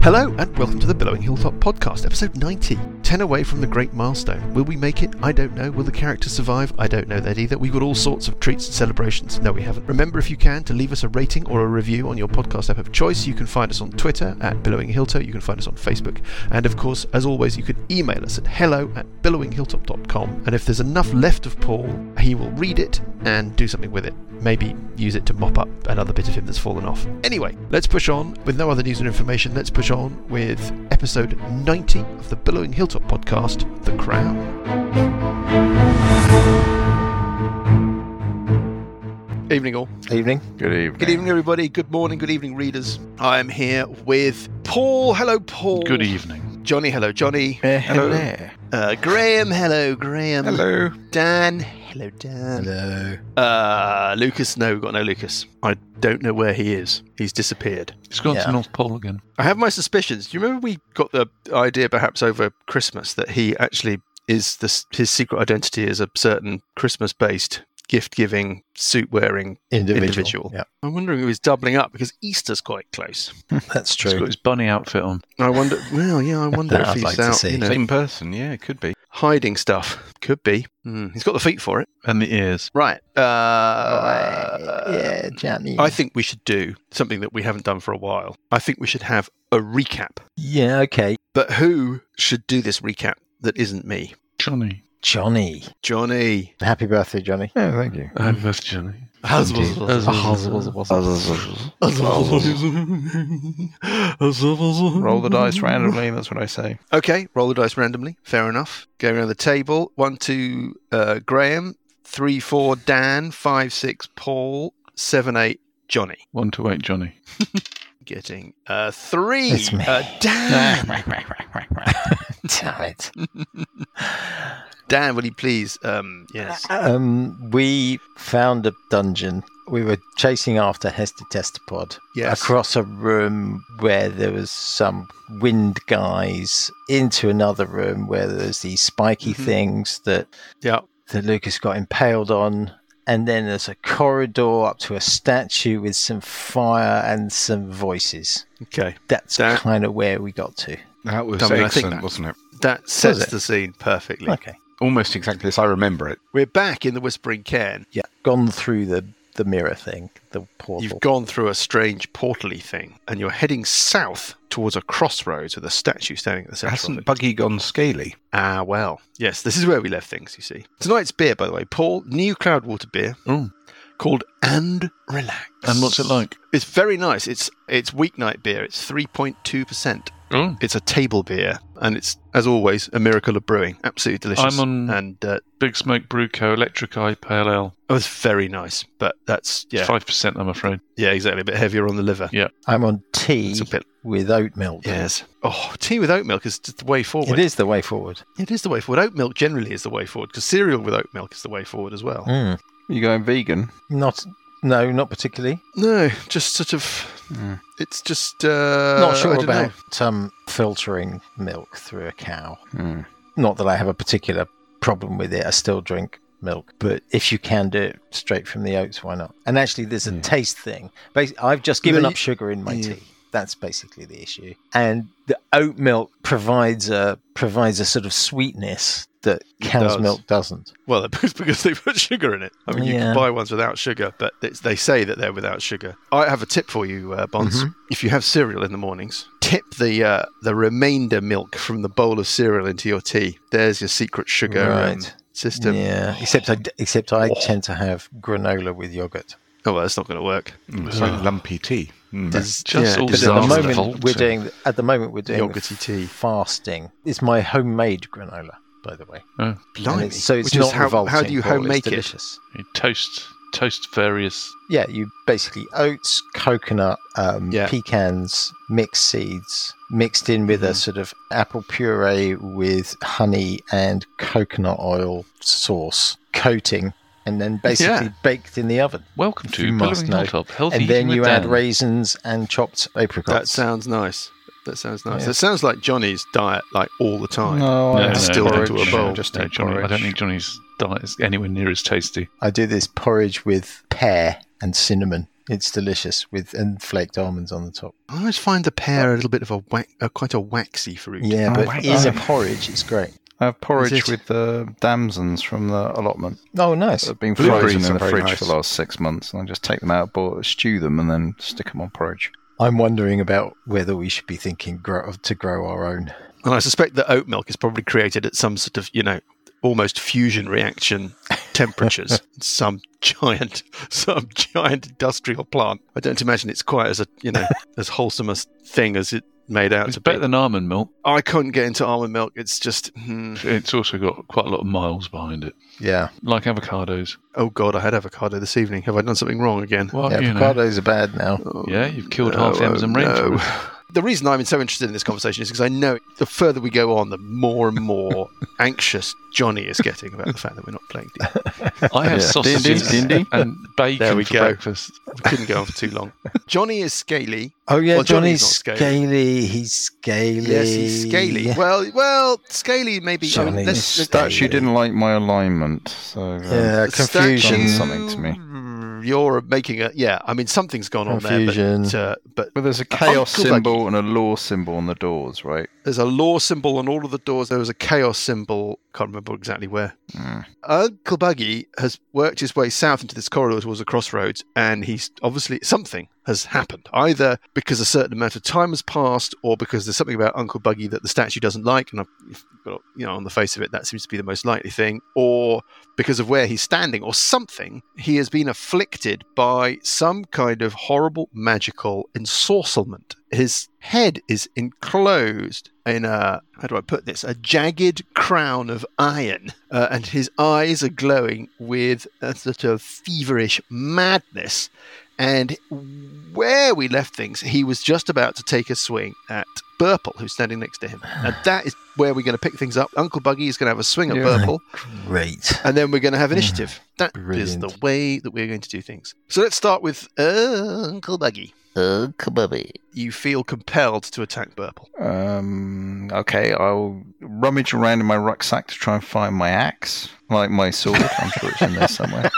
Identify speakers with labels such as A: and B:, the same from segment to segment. A: Hello, and welcome to the Billowing Hilltop Podcast, episode 90. 10 away from the great milestone. Will we make it? I don't know. Will the characters survive? I don't know that either. We've got all sorts of treats and celebrations. No, we haven't. Remember, if you can, to leave us a rating or a review on your podcast app of choice. You can find us on Twitter at Billowing Hilltop. You can find us on Facebook. And of course, as always, you can email us at hello at billowinghilltop.com. And if there's enough left of Paul, he will read it and do something with it. Maybe use it to mop up another bit of him that's fallen off. Anyway, let's push on. With no other news or information, let's push on with episode 90 of the Billowing Hilltop podcast, The Crown. Evening, all.
B: Evening.
C: Good evening.
A: Good evening, everybody. Good morning, good evening, readers. I am here with Paul. Hello, Paul.
C: Good evening.
A: Johnny. Hello, Johnny.
B: Eh, hello.
A: Uh, Graham. Hello, Graham.
B: Hello.
A: Dan. Hello, Dan.
B: Hello.
A: Uh, Lucas, no, we've got no Lucas. I don't know where he is. He's disappeared.
C: He's gone
B: Yeah.
C: to North Pole again.
A: I have my suspicions. Do you remember we got the idea, perhaps over Christmas, that he actually is this, his secret identity is a certain Christmas-based gift-giving, suit-wearing.
B: Individual.
A: Individual.
B: Yeah,
A: I'm wondering if he's doubling up because Easter's quite close.
B: that's
C: He's got
B: true.
C: his bunny outfit on.
A: I wonder. Well, yeah, I wonder
B: That
A: if
B: I'd
A: he's
B: like to
A: out,
B: see.
A: you know,
C: Same person, yeah, it could be.
A: hiding stuff. Could be. Hmm, he's got the feet for it.
C: And the ears.
A: Right. Uh,
B: yeah, Johnny.
A: I think we should do something that we haven't done for a while. I think we should have a recap.
B: yeah, okay.
A: But who should do this recap that isn't me?
C: Johnny.
B: Johnny.
A: Johnny.
B: Happy birthday, Johnny.
D: Yeah, thank you.
C: Happy birthday, Johnny.
D: Roll the dice randomly, that's what I say.
A: Okay, roll the dice randomly. Fair enough. Go around the table. One, two, uh, Graham. Three, four, Dan. Five, six, Paul. Seven, eight, Johnny.
C: One to eight, Johnny.
A: Getting uh, three.
B: It's me.
A: Uh, Dan.
B: Damn it.
A: Dan, will you please? Um, yes.
B: Um, we found a dungeon. We were chasing after Hester Testapod
A: Yes.
B: across a room where there was some wind guys into another room where there's these spiky
A: Mhm.
B: things that
A: Yeah.
B: that Lucas got impaled on. And then there's a corridor up to a statue with some fire and some voices.
A: Okay.
B: That's
A: That-
B: kind of where we got to.
D: That was
A: Don't mean, I think
D: excellent,
A: that-
D: wasn't it?
A: That sets
B: it?
A: the scene perfectly.
B: Okay.
D: Almost exactly as I remember it.
A: We're back in the Whispering Cairn.
B: Yeah. Gone through the, the mirror thing, the portal.
A: You've gone through a strange portally thing, and you're heading south towards a crossroads with a statue standing at the centre. of
D: Hasn't
A: it.
D: Buggy gone scaly?
A: Ah, well. Yes, this is where we left things, you see. Tonight's beer, by the way, Paul, new Cloudwater beer
C: Oh,
A: called And Relax.
C: and what's it like?
A: It's very nice. It's it's weeknight beer. It's 3.2%.
C: Oh.
A: It's a table beer, and it's, as always, a miracle of brewing. Absolutely delicious.
C: I'm on-
A: And uh,
C: Big Smoke Bruco Electric Eye Pale Ale.
A: it was very nice, but that's,
C: It's
A: yeah,
C: 5%, I'm afraid.
A: yeah, exactly. A bit heavier on the liver.
B: I'm on tea
A: It's a bit,
B: with oat milk.
A: yes. Oh, tea with oat milk is just the way forward.
B: It is the way forward.
A: It is the way forward. Oat milk generally is the way forward because cereal with oat milk is the way forward as well.
B: Mm.
D: You going vegan?
B: Not, no, not particularly.
A: No, just sort of.
D: Mm.
A: It's just. Uh,
B: not sure
A: I don't
B: about
A: know.
B: um, filtering milk through a cow.
D: Mm.
B: not that I have a particular problem with it. I still drink milk, but if you can do it straight from the oats, why not? And actually, there's a
C: Yeah.
B: taste thing. Bas I've just given
A: Yeah,
B: up
A: you-
B: sugar in my
A: Hmm. yeah.
B: tea. That's basically the issue. And the oat milk provides a provides a sort of sweetness that cow's
A: does.
B: milk doesn't.
A: Well, it's because they put sugar in it. I mean, you
B: Yeah.
A: can buy ones without sugar, but it's, they say that they're without sugar. I have a tip for you, uh, Bonds.
B: Mhm.
A: If you have cereal in the mornings, tip the uh, the remainder milk from the bowl of cereal into your tea. There's your secret sugar um,
B: Right.
A: system.
B: Yeah. Except I d- except I tend to have granola with yogurt.
A: Oh, well, that's not going to work.
D: Mm, it's like lumpy tea. Mm.
A: Dis-
C: Just all
B: But at the
C: Disaster.
B: moment
C: Revolting.
B: we're doing at the moment we're doing
A: Yogurty tea.
B: fasting. It's my homemade granola, by the way.
C: Oh,
B: And
A: Blimey.
B: it's- so it's
A: Which
B: not
A: is how,
B: revolting.
A: how do you
B: Paul, it's
A: homemade it?
B: Delicious.
C: he toasts, toast various.
B: Yeah, you basically oats, coconut, um,
A: Yeah.
B: pecans, mixed seeds, mixed in with a sort of apple puree with honey and coconut oil sauce coating, and then basically baked in the oven.
C: Welcome to
B: You must
C: Billowing
B: know.
C: Hilltop. Healthy
B: and then
C: eating
B: you
C: with
B: add
C: Dan.
B: raisins and chopped
A: That
B: apricots.
A: sounds nice. That sounds nice.
B: Yeah.
A: That sounds like Johnny's diet, like all the time.
D: No,
C: No,
D: I
C: no,
D: just
C: no,
D: distilled
C: no,
D: into a
C: no,
D: bowl.
C: no,
D: just
C: no, Johnny, I don't think Johnny's diet is anywhere near as tasty.
B: I do this porridge with pear and cinnamon It's delicious with and flaked almonds on the top.
A: I always find the pear a little bit of a wa- uh, quite a waxy fruit.
B: Yeah,
E: Oh,
B: but
E: wow.
B: in a porridge, it's great.
E: I have
A: it?
E: porridge with the damsons from the allotment.
B: Oh, nice.
E: They've been
F: Blueberries
E: frozen in
F: are
E: the
F: very
E: fridge
F: nice.
E: for the last six months, and I just take them out, boil, stew them, and then stick them on porridge.
B: I'm wondering about whether we should be thinking grow, to grow our own.
A: And I suspect that oat milk is probably created at some sort of, you know, almost fusion reaction temperatures. some giant, some giant industrial plant. I don't imagine it's quite as a, you know, as wholesome a thing as it made out
C: It's
A: to be.
C: better than almond milk.
A: I couldn't get into almond milk. It's just, hmm.
C: It's also got quite a lot of miles behind it,
B: Yeah,
C: like avocados.
A: oh God, I had avocado this evening. Have I done something wrong again?
C: Well,
B: yeah
C: you know.
B: avocados are bad now.
A: Oh,
C: Yeah, you've killed half the Amazon
A: no.
C: rainforest.
A: The reason I'm so interested in this conversation is because I know the further we go on, the more and more anxious Johnny is getting about the fact that we're not playing D.
C: I have
E: Yeah.
C: sausages
E: Din- din- din-
C: and bacon
A: There we
C: for
A: go.
C: breakfast.
A: We couldn't go on for too long. Johnny is scaly.
B: Oh yeah,
A: Well, Johnny's
B: Johnny's,
A: not
B: scaly.
A: scaly.
B: He's scaly.
A: Yes, he's scaly. Well, well, scaly maybe. I mean,
B: Johnny
A: let's-
B: is
A: let's-
B: scaly.
E: Statue didn't like my alignment, so um,
B: yeah,
A: the
B: confusion.
E: Done
A: statue-
E: something to me.
A: You're making a yeah. I mean, something's gone on there, but,
B: Confusion.
A: uh, but
E: But there's a chaos
A: Uncle
E: symbol and a law symbol on the doors, right?
A: there's a law symbol on all of the doors. There was a chaos symbol. Can't remember exactly where.
E: Mm.
A: Uncle Buggy has worked his way south into this corridor towards a crossroads, and he's obviously something has happened. Either because a certain amount of time has passed, or because there's something about Uncle Buggy that the statue doesn't like, and I've if you've got you know on the face of it that seems to be the most likely thing, or because of where he's standing, or something. He has been afflicted by some kind of horrible magical ensorcelment. His head is enclosed in a how do I put this? A jagged crown of iron, uh, and his eyes are glowing with a sort of feverish madness. And where we left things, he was just about to take a swing at Burple, who's standing next to him. And that is where we're going to pick things up. Uncle Buggy is going to have a swing at
E: Yeah.
A: Burple,
B: Great.
A: and then we're going to have
B: Yeah.
A: initiative. That is
B: Hmm. Brilliant.
A: the way that we're going to do things. So let's start with uh, Uncle Buggy.
E: Uncle Bobby.
A: You feel compelled to attack Burple.
E: Um, okay, I'll rummage around in my rucksack to try and find my axe, like my sword. I'm sure it's in there somewhere.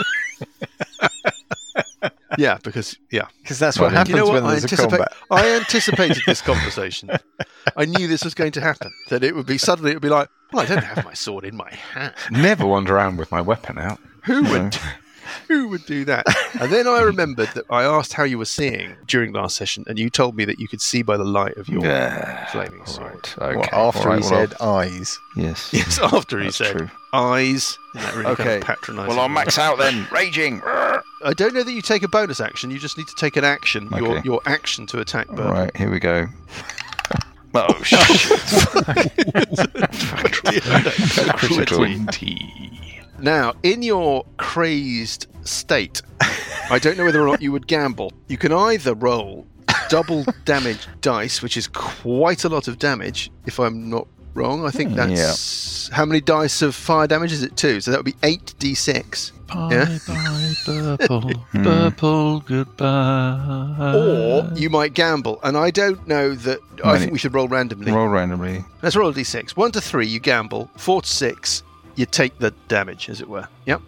A: Yeah, because yeah,
B: Because that's
E: Well,
B: what happens
A: you know what?
B: when
A: I
B: there's a
A: anticipate.
B: combat.
A: I anticipated this conversation. I knew this was going to happen. That it would be suddenly it would be like, well, I don't have my sword in my hand.
F: Never wander around with my weapon out.
A: Who
E: No.
A: would? Who would do that? And then I remembered that I asked how you were seeing during last session, and you told me that you could see by the light of your
E: Yeah.
A: flaming
E: All
A: sword.
E: right.
B: Well,
E: Okay.
B: after
E: all right,
B: he
E: well, I'll-
B: said eyes.
E: yes.
A: Yes, after he
E: That's
A: said
E: true.
A: eyes. in That really
E: Okay.
A: kind of patronising.
E: Well, I'll
A: way.
E: max out then. Raging.
A: I don't know that you take a bonus action. You just need to take an action. Your
E: Okay.
A: your action to attack. Burn.
E: Right, here we go. Oh shit! Twenty.
A: Now, in your crazed state, I don't know whether or not you would gamble. You can either roll double damage dice, which is quite a lot of damage, if I'm not wrong. I think
E: Hmm,
A: that's how many dice of fire damage is it? Two. So that would be eight d6.
C: Bye
A: Yeah.
C: bye purple, purple goodbye.
A: Or you might gamble, and I don't know that. I
E: Uh, Many-
A: think we should roll randomly.
E: Roll randomly.
A: Let's roll a d6. One to three, you gamble. Four to six, you take the damage, as it were. Yep.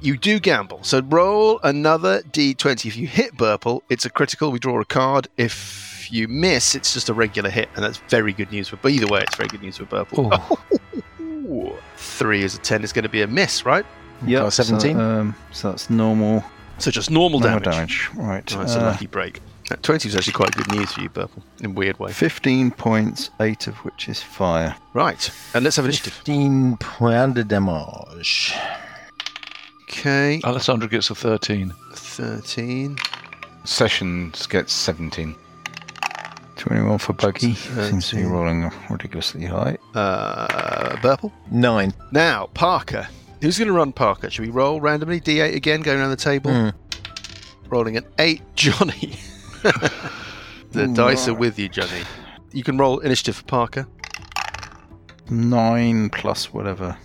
A: You do gamble. So roll another d20. If you hit Burple, it's a critical. We draw a card. If you miss, it's just a regular hit. And that's very good news for. But either way, it's very good news for Burple.
E: Oh.
A: Three is a 10 is going to be a miss, right?
B: Yep, Got a 17?
E: So, um, so that's normal.
A: So just normal
E: Normal
A: damage.
E: damage. Right.
A: Oh, that's a
E: uh,
A: lucky break. That 20 was actually quite good news for you, Burple, in a weird way.
E: Fifteen points, eight of which is fire.
A: Right. And let's have initiative.
B: 15 points de damage.
A: Okay.
C: Alessandra gets a thirteen.
A: 13.
F: Sessions gets 17.
E: Twenty-one for Buggy. Seems to be
A: Thirteen.
E: rolling ridiculously high.
A: Uh, Burple?
B: Nine.
A: Now, Parker. Who's going to run Parker? Should we roll randomly? D8 again, going around the table.
B: Hmm.
A: Rolling an 8. Johnny. the dice are with you, Johnny. You can roll initiative for Parker.
E: Nine plus whatever.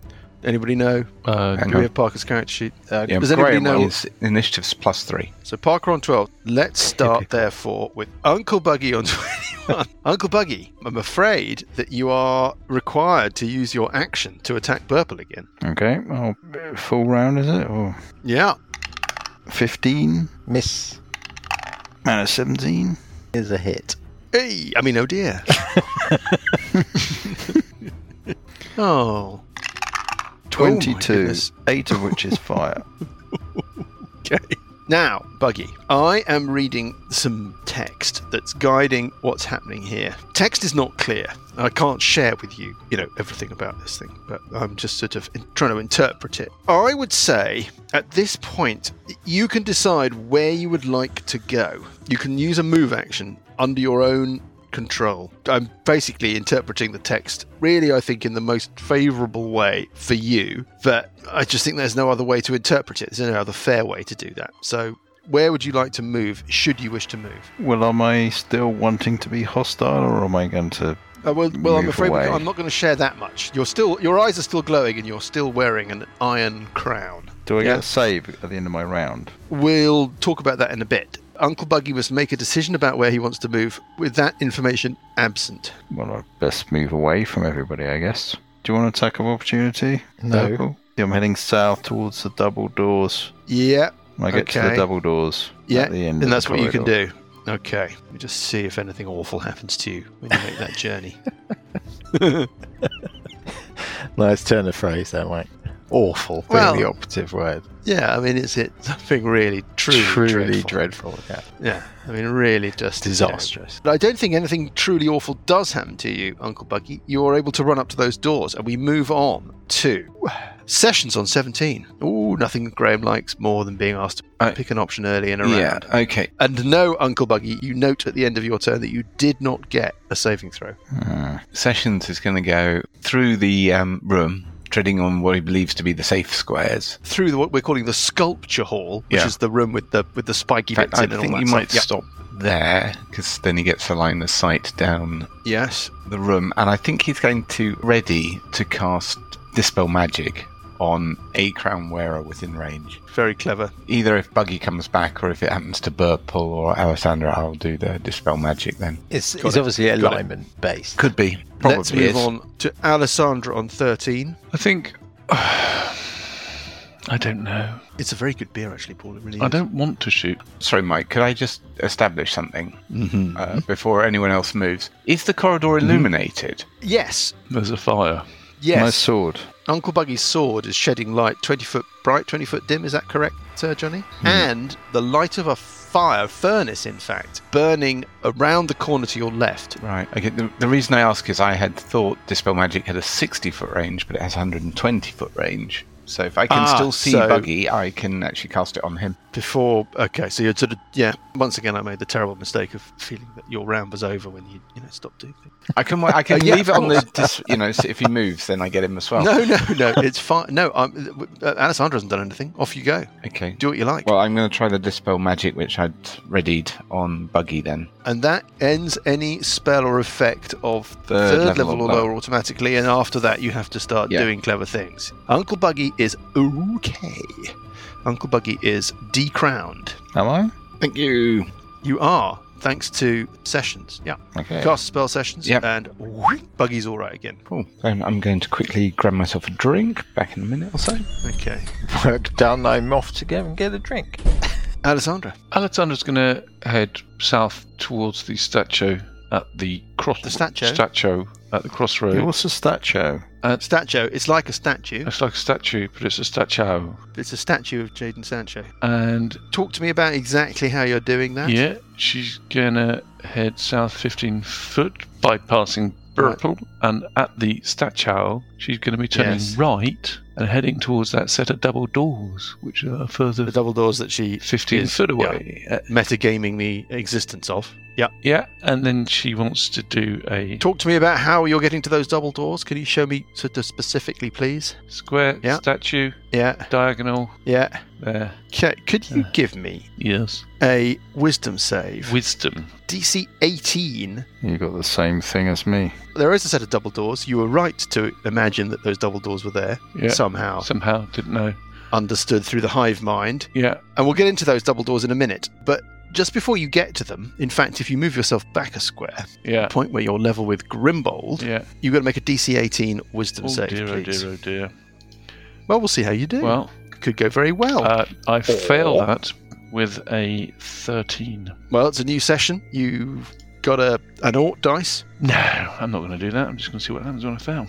A: Anybody know?
C: Uh,
F: Hang
A: Do we
F: on.
A: have Parker's character sheet? Uh,
F: Yeah,
A: does anybody
F: Graham
A: know?
F: is initiatives plus three.
A: So Parker on 12. Let's start, therefore, with Uncle Buggy on 21. Uncle Buggy, I'm afraid that you are required to use your action to attack Burple again.
E: Okay. Well, full round is it? Or
A: Yeah.
E: fifteen?
B: Miss.
E: And a 17.
B: Is a hit.
A: Hey, I mean, oh dear. oh. Oh my
E: 22.
A: goodness.
E: 8 of which is fire.
A: Okay. Now, Buggy, I am reading some text that's guiding what's happening here. Text is not clear. I can't share with you, you know, everything about this thing, but I'm just sort of in- trying to interpret it. I would say at this point, you can decide where you would like to go. You can use a move action under your own control. I'm basically interpreting the text, really, I think, in the most favorable way for you. But I just think there's no other way to interpret it. There's no other fair way to do that. So, where would you like to move, should you wish to move?
E: Well, am I still wanting to be hostile or am I going to.
A: Uh, well, well, I'm
E: Move
A: afraid we
E: away.
A: I'm not going to share that much. You're still, your eyes are still glowing, and you're still wearing an iron crown.
E: Do I
A: Yeah.
E: get a save at the end of my round?
A: We'll talk about that in a bit. Uncle Buggy must make a decision about where he wants to move with that information absent.
E: Well, I'd best move away from everybody, I guess. Do you want an attack of opportunity?
B: No.
E: Purple? Yeah, I'm heading south towards the double doors.
A: Yeah,
E: When I get to
A: Okay.
E: the double doors
A: Yeah,
E: at the
A: and
E: end. of
A: that's
E: the
A: what you can
E: corridor.
A: do. Okay, let me just see if anything awful happens to you when you make that journey.
B: Nice turn of phrase that way. Awful being
A: Well-
B: the operative word.
A: yeah, I mean, is it something really truly,
B: Truly
A: dreadful?
B: dreadful. Yeah.
A: Yeah, I mean, really just you know.
B: Disastrous.
A: But I don't think anything truly awful does happen to you, Uncle Buggy. You are able to run up to those doors, and we move on to sessions on 17. Ooh, nothing Graham likes more than being asked to
F: Uh,
A: pick an option early in a round.
F: Yeah, okay.
A: And no, Uncle Buggy, you note at the end of your turn that you did not get a saving throw.
E: Ah,
F: Sessions is going to go through the um, room, treading on what he believes to be the safe squares.
A: through the, what we're calling the sculpture hall, which
F: Yeah.
A: is the room with the with the spiky
F: In fact,
A: bits
F: I
A: in and all
F: think
A: that
F: you
A: stuff.
F: might stop there because then he gets a line of sight down
A: Yep. Yes.
F: the room, and I think he's going to ready to cast dispel magic on a crown wearer within range.
A: Very clever.
F: Either if Buggy comes back, or if it happens to Burple or Alessandra, I'll do the dispel magic then.
B: It's,
A: Got
B: it's
A: it.
B: obviously
A: it.
B: alignment based.
F: Could be. Probably
A: Let's move
F: is.
A: on to Alessandra on thirteen.
C: I think. I don't know.
A: It's a very good beer, actually, Paul. It really
C: I
A: is.
C: don't want to shoot.
F: Sorry, Mike. Could I just establish something uh, before anyone else moves? Is the corridor illuminated?
A: Yes.
C: There's a fire.
A: Yes.
E: My sword.
A: Uncle Buggy's sword is shedding light, twenty foot bright, twenty foot dim. Is that correct, Sir Johnny?
F: Hmm.
A: And the light of a fire furnace, in fact, burning around the corner to your left.
F: Right. Okay. The, the reason I ask is I had thought dispel magic had a 60 foot range, but it has 120 foot range. So if I can
A: Ah,
F: still see
A: so-
F: Buggy, I can actually cast it on him.
A: before okay so you're sort of yeah once again i made the terrible mistake of feeling that your round was over when you you know stopped doing things
F: I can. I can
A: Oh, yeah,
F: leave it
A: of
F: on the. Dis, you know, so if he moves, then I get him as well.
A: no no no it's fine no i uh, alessandra hasn't done anything off you go
F: Okay.
A: do what you like
F: Well, I'm going to try the dispel magic, which I'd readied on Buggy then.
A: and that ends any spell or effect of
F: Third
A: third
F: level
A: level,
F: or
A: or
F: lower.
A: lower automatically and after that you have to start
F: Yeah.
A: doing clever things uncle buggy is okay uncle buggy is decrowned
E: Am I?
F: Thank you.
A: you are thanks to sessions yeah
E: Okay.
A: cast spell sessions
F: Yep.
A: and whoop, buggy's all right again
F: Cool. Then I'm going to quickly grab myself a drink. Back in a minute or so.
A: okay
B: Work done. I'm off to go and get a drink.
A: alessandra
C: Alexander's going to head south towards the statue at the cross.
A: The statue?
C: Statue at the crossroad.
E: Yeah, What's a statue?
A: Statue. It's like a statue.
C: It's like a statue, but it's a statue.
A: It's a statue of Jaden Sancho.
C: And
A: Talk to me about exactly how you're doing that.
C: yeah, she's going to head south 15 foot, bypassing Burple. And at the statue, she's going to be turning
A: Yes.
C: right and heading towards that set of double doors, which are a further
A: The double doors that she
C: 15
A: is-
C: foot away. Uh,
A: metagaming the existence of. Yeah.
C: Yeah, and then she wants to do a
A: Talk to me about how you're getting to those double doors. Can you show me sort of specifically, please?
C: square
A: Yeah.
C: statue
A: Yeah.
C: diagonal
A: Yeah.
C: there.
A: Okay. Could you give me
C: Yes.
A: a wisdom save?
C: Wisdom.
A: DC 18.
E: You got the same thing as me.
A: There is a set of double doors. You were right to imagine that those double doors were there
C: Yeah.
A: somehow,
C: Somehow didn't know.
A: understood through the hive mind.
C: Yeah.
A: And we'll get into those double doors in a minute. But just before you get to them, in fact, if you move yourself back a square,
C: Yeah.
A: the point where you're level with Grimbold,
C: Yeah.
A: you've got to make a DC 18 wisdom
C: Oh
A: save,
C: dear, oh
A: please.
C: dear, oh dear. Hmm.
A: Well, we'll see how you do.
C: Well, Oh.
A: Could go very well.
C: uh, I fail that, with a 13.
A: Well, it's a new session. You've got a an aught dice.
C: No, I'm not going to do that. I'm just going to see what happens when I fail.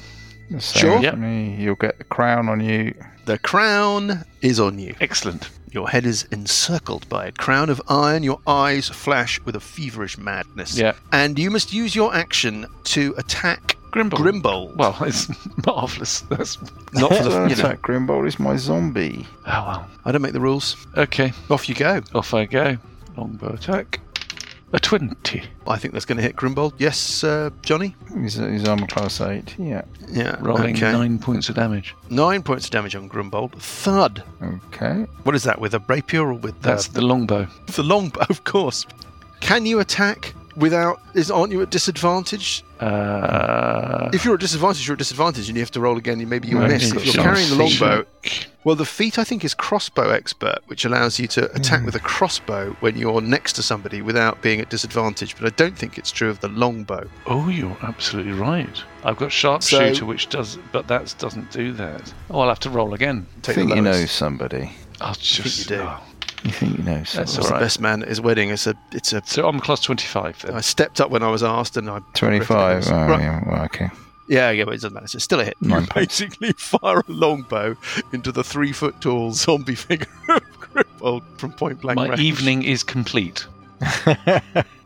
A: Sure.
E: Sure. Me. You'll get a crown on you.
A: The crown is on you.
C: Excellent.
A: Your head is encircled by a crown of iron. Your eyes flash with a feverish madness.
C: Yeah.
A: And you must use your action to attack
C: Grimble.
A: Grimbold.
C: Oh. Well, it's marvellous. That's. Oh,
A: not for the.
E: Don't
A: You know,
E: attack Grimbold. He's my zombie.
C: well.
A: I don't make the rules.
C: Okay,
A: Off you go.
C: off I go. Longbow attack. A 20.
A: I think that's going to hit Grimbold. Yes, uh, Johnny?
E: He's, he's armor class eight. Yeah.
A: Yeah.
C: Rolling
A: okay.
C: nine points of damage.
A: Nine points of damage on Grimbold. Thud.
E: Okay.
A: What is that, with a rapier or with
C: That's the longbow.
A: the, the longbow? Of course. Can you attack without. Is, aren't you at disadvantage?
C: Uh,
A: If you're at disadvantage, you're at disadvantage and you have to roll again. You Maybe you
C: No,
A: miss.
C: you've
A: If
C: got
A: you're
C: some
A: carrying the
C: feat.
A: longbow. Well, the feat, I think, is crossbow expert, which allows you to attack with a crossbow when you're next to somebody without being at disadvantage. But I don't think it's true of the longbow.
C: oh, you're absolutely right. I've got sharpshooter, which does, but that doesn't do that. Oh, I'll have to roll again.
A: Take
E: think
A: the
E: you
A: lowest.
E: know somebody.
C: I'll just.
A: do.
C: oh,
E: You think you know somebody.
C: that's
A: It's
C: all
A: the
C: right.
A: best man at his wedding. It's a, it's a.
C: So I'm class 25 then.
A: I stepped up when I was asked, and I
E: 25. Oh,
A: Right.
E: yeah. Well, okay.
A: yeah, yeah, but it doesn't matter. It's still a hit.
E: Nine
A: you
E: points.
A: basically fire a longbow into the three foot tall zombie figure of Griphold from point blank
C: My
A: range.
C: evening is complete.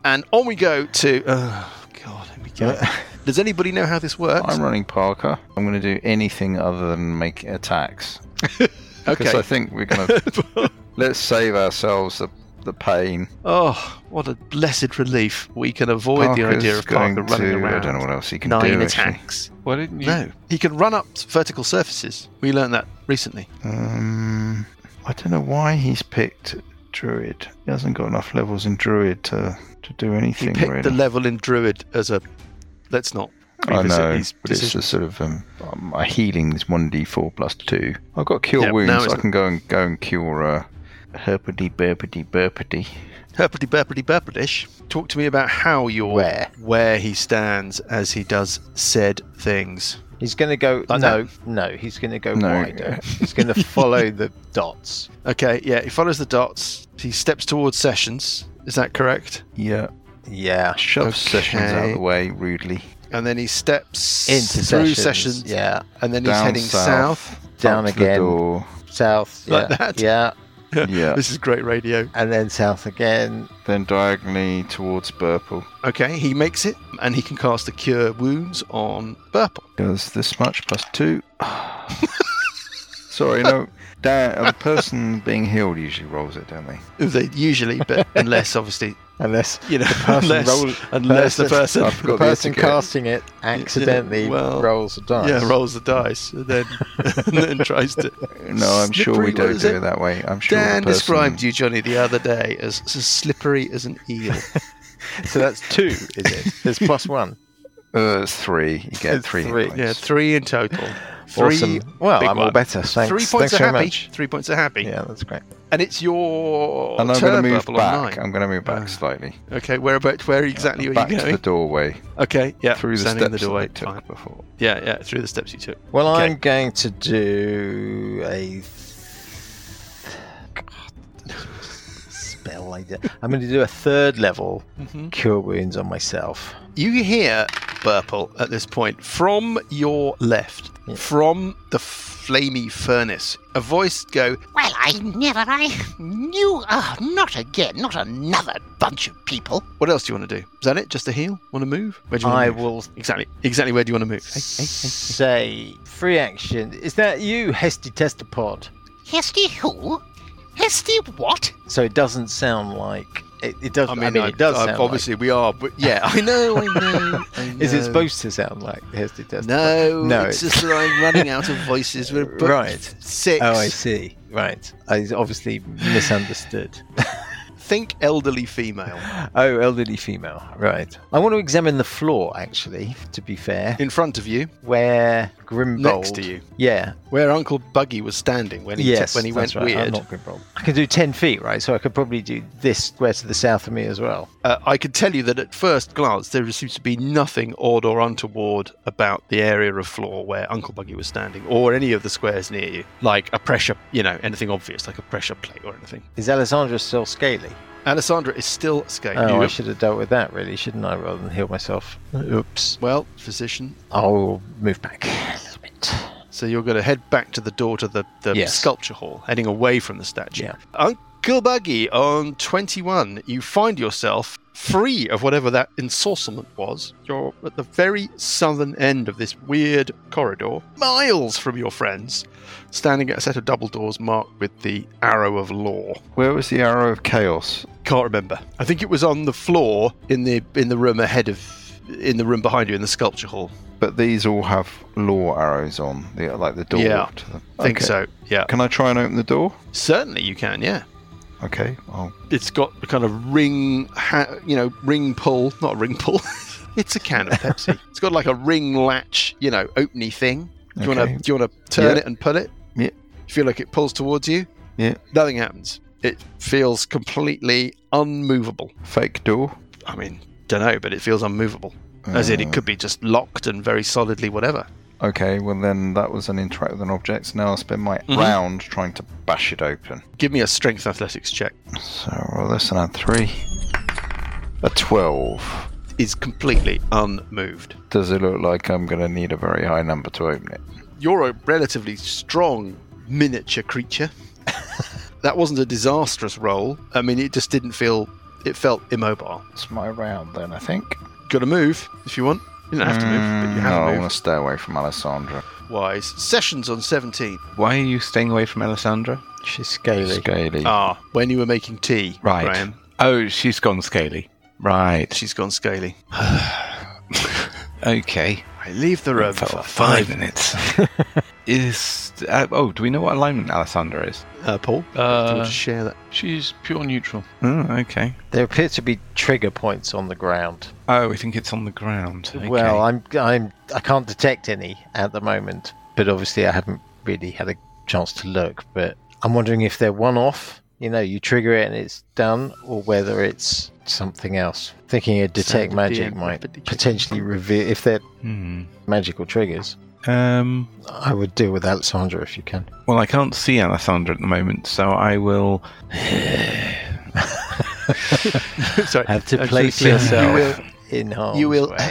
A: And on we go to. Oh God, here we go. Does anybody know how this works?
E: Uh, I'm running Parker. I'm going to do anything other than make attacks. Because
A: okay.
E: I think we're going to. let's save ourselves the, the pain.
A: Oh, what a blessed relief! We can avoid the idea
E: Parker's
A: of Parker
E: going
A: running
E: to-
A: around.
E: I don't know what else he can
A: Nine
E: do. actually.
A: attacks.
C: Why didn't you?
A: No, he can run up vertical surfaces. We learned that recently.
E: Um, I don't know why he's picked Druid. He hasn't got enough levels in Druid to, to do
A: He
E: anything
A: picked
E: really.
A: the level in Druid as a. Let's not.
E: I
A: revisit
E: know,
A: his
E: but it's
A: decision.
E: a sort of um, um, my healing is one d four plus two. I've got cure
A: Yeah, now
E: wounds. so I
A: it's-
E: can go and go and cure uh, herpity burpity burpity.
A: Herpity burpity burpitish. Talk to me about how you're
B: Where?
A: where he stands as he does said things.
B: He's going to go.
A: Like
B: no, no. He's going to go
E: No.
B: wider. He's going to follow the dots.
A: Okay, yeah, he follows the dots. He steps towards Sessions. Is that correct?
E: Yeah,
B: Yeah.
E: shove sessions out
A: Okay.
E: of the way rudely.
A: And then he steps
B: Into
A: through
B: sessions.
A: Sessions.
B: Yeah.
A: And then he's
E: Down
A: heading south.
E: south,
B: Down
E: up the
B: again.
E: door.
B: South. Yeah.
A: Like that?
B: Yeah.
E: yeah,
A: This is great radio.
B: And then south again.
E: then diagonally towards Burple.
A: Okay, he makes it, and he can cast the Cure Wounds on Burple.
E: Does this much plus two? Sorry, no. Down, a person being healed usually rolls it, don't they?
A: They usually, but unless obviously,
B: Unless
A: you know,
B: person
A: unless,
B: roll-
A: unless the person
E: I've
B: the
E: got the
B: person
E: etiquette.
B: casting it accidentally
A: Yeah, well,
B: rolls a dice.
A: yeah rolls the dice and then and then tries to.
E: No, I'm sure
A: Slippery,
E: we
A: what
E: don't
A: is
E: do
A: it?
E: it that way. I'm sure
A: Dan
E: the person...
A: described you, Johnny, the other day as, as slippery as an eel.
B: So that's two, is it? There's plus one.
E: Uh, it's three. You get
B: It's
E: three. hit
B: three,
E: points.
A: yeah, three in total. Three,
B: awesome. Well,
A: big
B: I'm all
A: one.
B: better. Thanks.
A: three
B: Thanks
A: points are
B: very
A: happy.
B: much.
A: Three points are happy.
B: Yeah, that's great.
A: And it's your
E: And I'm
A: turn
E: going to move
A: Burple, on
E: back.
A: nine.
E: I'm going to move back slightly.
A: Okay, where about where exactly are
E: back
A: you
E: to the
A: going?
E: doorway
A: okay, yeah,
E: through the
A: standing
E: steps
A: in the doorway.
E: that I took
A: fine.
E: before.
A: Yeah, yeah, through the steps you took.
B: Well,
A: Okay.
B: I'm going to do a spell like that. I'm going to do a third level
A: Mm-hmm.
B: cure wounds on myself.
A: You hear Burple at this point from your left,
B: Yeah.
A: from the flamey furnace, a voice go,
G: Well, I never, I knew.
A: oh,
G: Ah, not again, not another bunch of people.
A: What else do you want to do? Is that it? Just a heal? Want to move? Where do you want
B: I
A: to move?
B: will
A: Exactly. Exactly where do you want to move?
B: say free action. Is that you, Hesty Testapod?
G: Hesty who? Hesty what?
B: So it doesn't sound like it. it does. I mean, it does
A: I-
B: sound
A: obviously we are, but yeah, I know, I know. I
B: Like, is it
A: know.
B: supposed to sound like Hesty Testapod?
A: No,
B: No,
A: It's
B: it's-
A: just that I'm running out of voices. We're both
B: Right.
A: six.
B: Oh, I see. Right. I obviously misunderstood.
A: Think elderly female
B: oh, elderly female. Right. I want to examine the floor, actually, to be fair,
A: in front of you,
B: where Grimbold.
A: next to you,
B: Yeah.
A: where Uncle Buggy was standing when he
B: yes.
A: when he
B: that's
A: went
B: right. I'm
A: weird.
B: not Grimbold. I can do 10 feet, right? So I could probably do this square to the south of me as well.
A: Uh, I can tell you that at first glance, there seems to be nothing odd or untoward about the area of floor where Uncle Buggy was standing or any of the squares near you, like a pressure, you know, anything obvious, like a pressure plate or anything.
B: Is Alessandra still scaly?
A: Alessandra is still scaly.
B: Oh, I
A: Yep.
B: should have dealt with that, really, shouldn't I, rather than heal myself? Oops.
A: Well, physician,
B: I'll move back a little bit.
A: So you're going to head back to the door to the, the
B: Yes.
A: sculpture hall, heading away from the statue.
B: Yeah.
A: Uncle Buggy, on 21, you find yourself free of whatever that ensorcelment was. You're at the very southern end of this weird corridor, miles from your friends, standing at a set of double doors marked with the arrow of law.
E: Where was the arrow of chaos?
A: Can't remember. I think it was on the floor in the in the room ahead of in the room behind you in the sculpture hall.
E: But these all have law arrows on, the, like the door.
A: Yeah,
E: to them.
A: I think
E: Okay.
A: so. Yeah.
E: Can I try and open the door?
A: Certainly you can, yeah.
E: Okay. I'll
A: it's got a kind of ring, ha- you know, ring pull, not a ring pull. it's a can of Pepsi. it's got like a ring latch, you know, openy thing. Do you
E: Okay.
A: want to do you want to turn
E: Yeah.
A: it and pull it?
E: Yeah.
A: You feel like it pulls towards you?
E: Yeah.
A: Nothing happens. It feels completely unmovable.
E: fake door.
A: I mean, don't know, but it feels unmovable. As
E: Uh.
A: in, it could be just locked and very solidly whatever.
E: Okay, well then that was an interact with an object. So now I'll spend my
A: Mm-hmm.
E: round trying to bash it open.
A: Give me a strength athletics check.
E: So roll this and add three. A 12.
A: Is completely unmoved.
E: Does it look like I'm going to need a very high number to open it?
A: you're a relatively strong miniature creature. that wasn't a disastrous roll. I mean, it just didn't feel. It felt immobile.
E: It's my round then, I think.
A: Got to move if you want. You don't have to move, but
F: Mm,
A: you
E: Mm, no,
A: have
E: I
A: to
E: want
A: move.
E: to stay away from Alessandra.
A: Wise sessions on seventeen.
E: Mm.
F: Why are you staying away from Alessandra?
B: She's scaly.
E: Scaly.
A: Ah, when you were making tea,
F: Right.
A: Graham,
F: Oh, she's gone scaly. Right.
A: she's gone scaly.
F: Okay.
A: I leave the room for
F: five
A: five.
F: minutes. is uh, oh, do we know what alignment Alessandra is?
A: Uh, Paul, do you
C: Uh,
A: want to share that?
C: she's pure neutral.
F: Oh, okay.
B: There appear to be trigger points on the ground.
F: Oh, we think it's on the ground. Okay.
B: Well, I'm, I'm, I can't detect any at the moment, but obviously I haven't really had a chance to look. But I'm wondering if they're one off. You know, you trigger it and it's done, or whether it's something else. Thinking a detect
A: Sound
B: magic
A: being
B: might
A: rapidly changing.
B: potentially reveal if they're
F: Hmm.
B: magical triggers.
F: Um.
B: I would deal with Alexandra if you can.
F: Well, I can't see Alessandra at the moment, so I will.
A: Sorry,
B: Have to
A: I'm
B: place
A: sorry.
B: yourself
A: You will.
B: in harm's
A: You will.
B: way.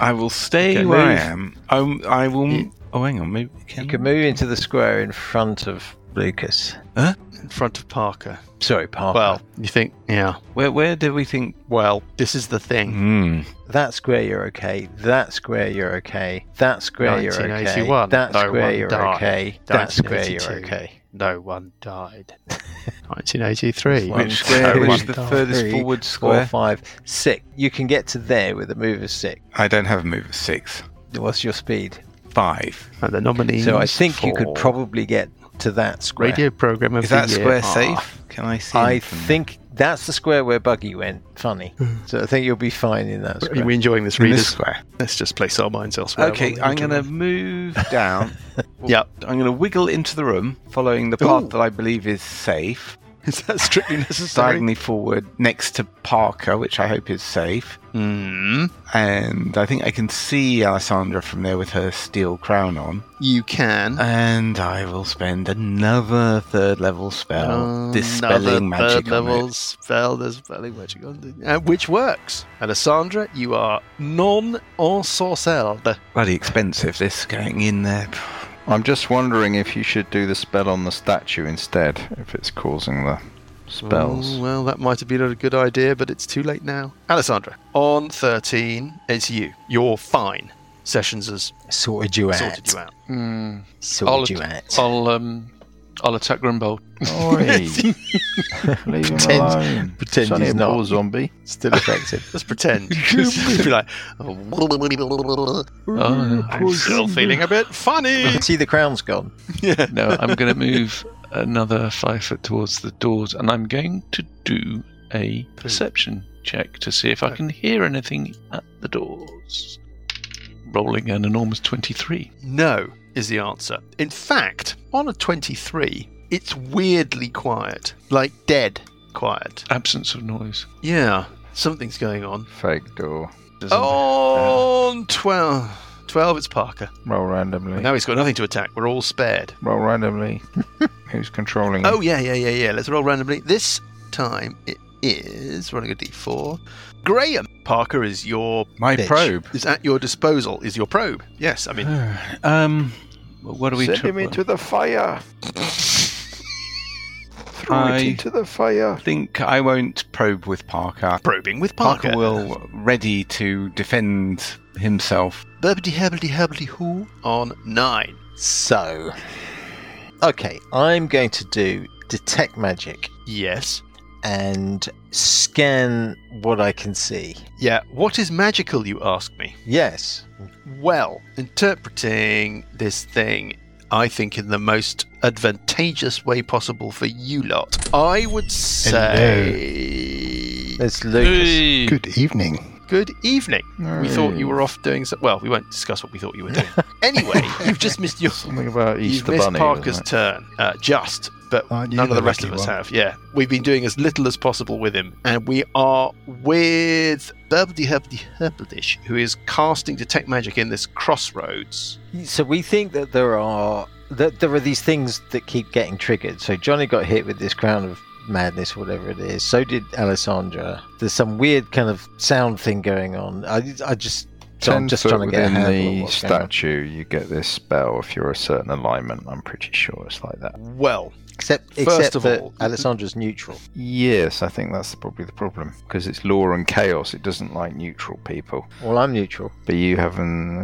F: I will stay
A: Okay,
F: where I
A: move.
F: am. Um, I will. oh, hang on. Maybe
B: You can move into the square in front of Lucas.
A: in front of Parker.
B: Sorry, Parker.
A: Well, you think? Yeah.
F: Where? Where do we think?
A: Well, this is the thing.
F: Hmm.
B: that square you're okay. That square you're okay. That square you're okay.
A: 1981,
B: That
A: no
B: square
A: one
B: you're
A: died.
B: okay. That square you're
A: 1982.
B: okay.
A: No one died. 1983.
B: One,
F: Which square
B: two,
F: is the furthest
B: three,
F: forward
B: Four,
F: square?
B: five, six. You can get to there with a move of six.
F: I don't have a move of six.
B: What's your speed?
F: Five.
A: And the nominees.
B: So I think you could
A: for
B: probably get to that square.
A: radio program of
F: Is that
A: the
F: square
A: year are-
F: safe? Can I see?
B: I
F: it from-
B: think that's the square where Buggy went. Funny. so I think you'll be fine in that
A: Are
B: square.
A: you enjoying this,
F: in
A: readers?
F: this square.
A: Let's just place our minds elsewhere.
F: Okay,
A: while
F: I'm
A: we
F: going
A: enjoy
F: to
A: it.
F: move down.
A: Yep.
F: I'm going to wiggle into the room, following the path that I believe is safe.
A: Is that strictly necessary?
F: Diagonally forward, next to Parker, which I hope is safe.
A: Hmm.
F: And I think I can see Alessandra from there with her steel crown on.
A: You can.
F: Uh, And I will spend another third level spell,
A: Another
F: dispelling magic.
A: third
F: on it.
A: level spell. There's spelling magic on it. Uh, which works. Alessandra, you are non ensorcelled.
F: Bloody expensive, this going in there.
E: I'm just wondering if you should do the spell on the statue instead, if it's causing the spells.
A: Oh, well, that might have been a good idea, but it's too late now. Alessandra, on 13, it's you. You're fine. Sessions has
B: Sorted you out.
A: sorted you out.
C: Hmm. I'll,
B: Sorted you out.
C: I'll um, I'll attack Grimbold.
E: Oi. Leave him
B: Pretend-
E: alone.
B: pretend
E: It's only
B: he's
E: a
B: not.
E: poor zombie.
B: Still effective.
A: Let's pretend. Just be like,
C: Oh,
A: I'm still feeling a bit funny.
B: See, the crown's gone.
C: no, I'm going to move another five foot towards the doors, and I'm going to do a perception check to see if I can hear anything at the doors. Rolling an enormous 23.
A: No is the answer. In fact, on a 23, it's weirdly quiet, like dead quiet.
C: Absence of noise.
A: Yeah. Something's going on.
E: Fake door.
C: Doesn't-
A: On 12. 12, it's Parker.
E: Roll randomly.
A: Now he's got nothing to attack. We're all spared.
E: Roll randomly. Who's controlling?
A: Oh, yeah, yeah, yeah, yeah. Let's roll randomly. This time it is rolling a d4. Graham Parker is your
F: My
B: Bitch.
F: probe.
A: is at your disposal. Is your probe? Yes, I mean
F: um, what are we?
H: Send
F: tra-
H: him into the fire. Throw
F: I-
H: it into the fire.
F: think I won't probe with Parker.
A: probing with Parker.
F: Parker, will ready to defend himself.
A: Burbity herblity herblity who on nine.
B: So, okay, I'm going to do detect magic
A: Yes.
B: and scan what I can see.
A: Yeah. What is magical? You ask me.
B: Yes.
A: Well, interpreting this thing, I think, in the most advantageous way possible for you lot, I would say.
B: It's Lucas.
C: Hey.
H: Good evening.
A: Good evening. We thought you were off doing so. Well, we won't discuss what we thought you were doing. anyway, you've just missed your.
E: Something about
A: You've
E: Easter
A: missed
E: Bunny.
A: Parker's
E: wasn't
A: turn. Uh, just. But
H: Aren't you
A: none of
H: the
A: the rest of
H: lucky
A: us
H: one?
A: have. Yeah. We've been doing as little as possible with him. And we are with Burbity Herbity Herbledish, who is casting Detect Magic in this crossroads.
B: So we think that there are that there are these things that keep getting triggered. So Johnny got hit with this crown of madness, whatever it is. So did Alessandra. There's some weird kind of sound thing going on. I, I just
E: it?
B: so I'm
E: Ten
B: just
E: foot
B: trying to get a
E: within
B: handle on
E: the
B: what's going on.
E: statue. You get this spell if you're a certain alignment. I'm pretty sure it's like that.
A: Well,
B: Except,
A: First
B: except
A: of
B: that
A: all-
B: Alessandra's neutral.
E: Yes, I think that's probably the problem because it's law and chaos. It doesn't like neutral people.
B: Well, I'm neutral.
E: But you haven't.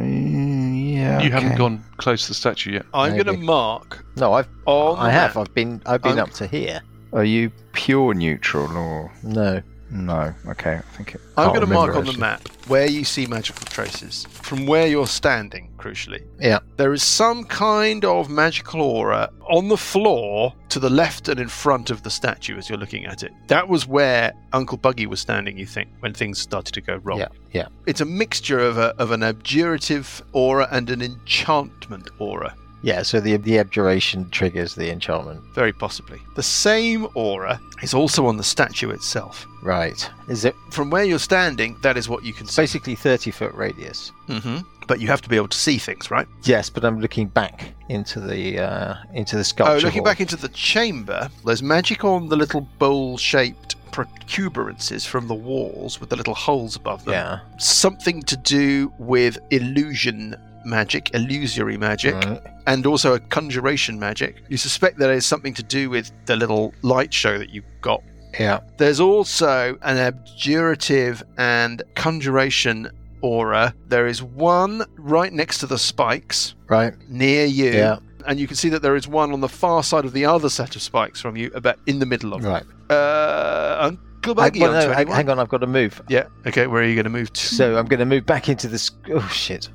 E: mm, Yeah.
C: You haven't
E: okay.
C: gone close to the statue yet.
A: I'm going to
B: Maybe.
A: mark
B: No, I've
A: on.
B: I
A: the
B: have.
A: map-
B: I've been I've been
A: I'm-
B: up to here.
E: Are you pure neutral or
B: No.
E: no? Okay, I think it.
A: I'm
E: can't
A: going to
E: remember,
A: mark on the
E: actually.
A: map where you see magical traces from where you're standing, crucially.
B: Yeah.
A: There is some kind of magical aura on the floor to the left and in front of the statue as you're looking at it. That was where Uncle Buggy was standing, you think, when things started to go wrong.
B: Yeah. Yeah.
A: It's a mixture of, a, of an abjurative aura and an enchantment aura.
B: Yeah, so the the abjuration triggers the enchantment.
A: Very possibly. The same aura is also on the statue itself.
B: Right. Is it
A: From where you're standing, that is what you can
B: it's
A: see.
B: basically thirty foot radius.
A: hmm But you have to be able to see things, right?
B: Yes, but I'm looking back into the uh into the sculpture.
A: Oh, looking
B: hall.
A: back into the chamber, there's magic on the little bowl shaped protuberances from the walls with the little holes above them.
B: Yeah.
A: Something to do with illusion magic, illusory magic,
B: Right.
A: and also a conjuration magic. You suspect that it is something to do with the little light show that you got.
B: Yeah.
A: There's also an abjurative and conjuration aura. There is one right next to the spikes
B: Right.
A: near you
B: Yeah.
A: and you can see that there is one on the far side of the other set of spikes from you, about in the middle of it.
B: Right.
A: Uh, Uncle
B: I,
A: Buggy
B: well,
A: on
B: no, I,
A: 21.
B: hang on, I've got to move.
A: Yeah. Okay. Where are you going to move to?
B: So I'm going to move back into this. Oh shit!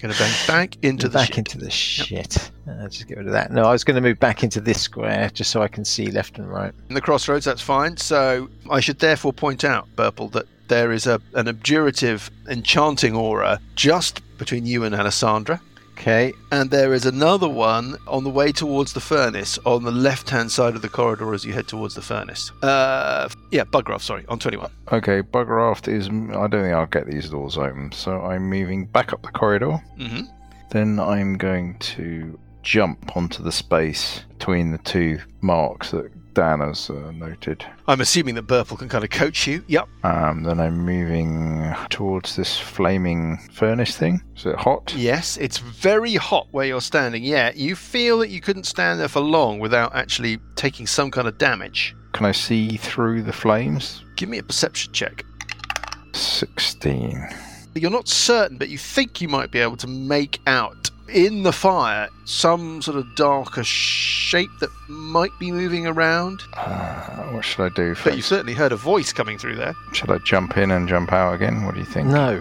A: going to bang back into the
B: back
A: ship.
B: into the shit. Uh, just get rid of that. No, I was going to move back into this square just so I can see left and right.
A: in the crossroads. That's fine. So I should therefore point out, Burple, that there is a an abjurative, enchanting aura just between you and Alessandra.
B: Okay.
A: And there is another one on the way towards the furnace on the left hand side of the corridor as you head towards the furnace. Uh, yeah, Bugroff, sorry, on 21.
E: Okay, Bugraft is. I don't think I'll get these doors open, so I'm moving back up the corridor.
A: Mm-hmm.
E: Then I'm going to jump onto the space between the two marks that Dan has uh, noted.
A: I'm assuming that Burple can kind of coach you. Yep.
E: Um, then I'm moving towards this flaming furnace thing. Is it hot?
A: Yes, it's very hot where you're standing. Yeah, you feel that you couldn't stand there for long without actually taking some kind of damage.
E: Can I see through the flames?
A: Give me a perception check.
E: 16.
A: You're not certain, but you think you might be able to make out in the fire some sort of darker shape that might be moving around.
E: Uh, what should I do?
A: But you
E: First?
A: certainly heard a voice coming through there.
E: Should I jump in and jump out again? What do you think?
B: No.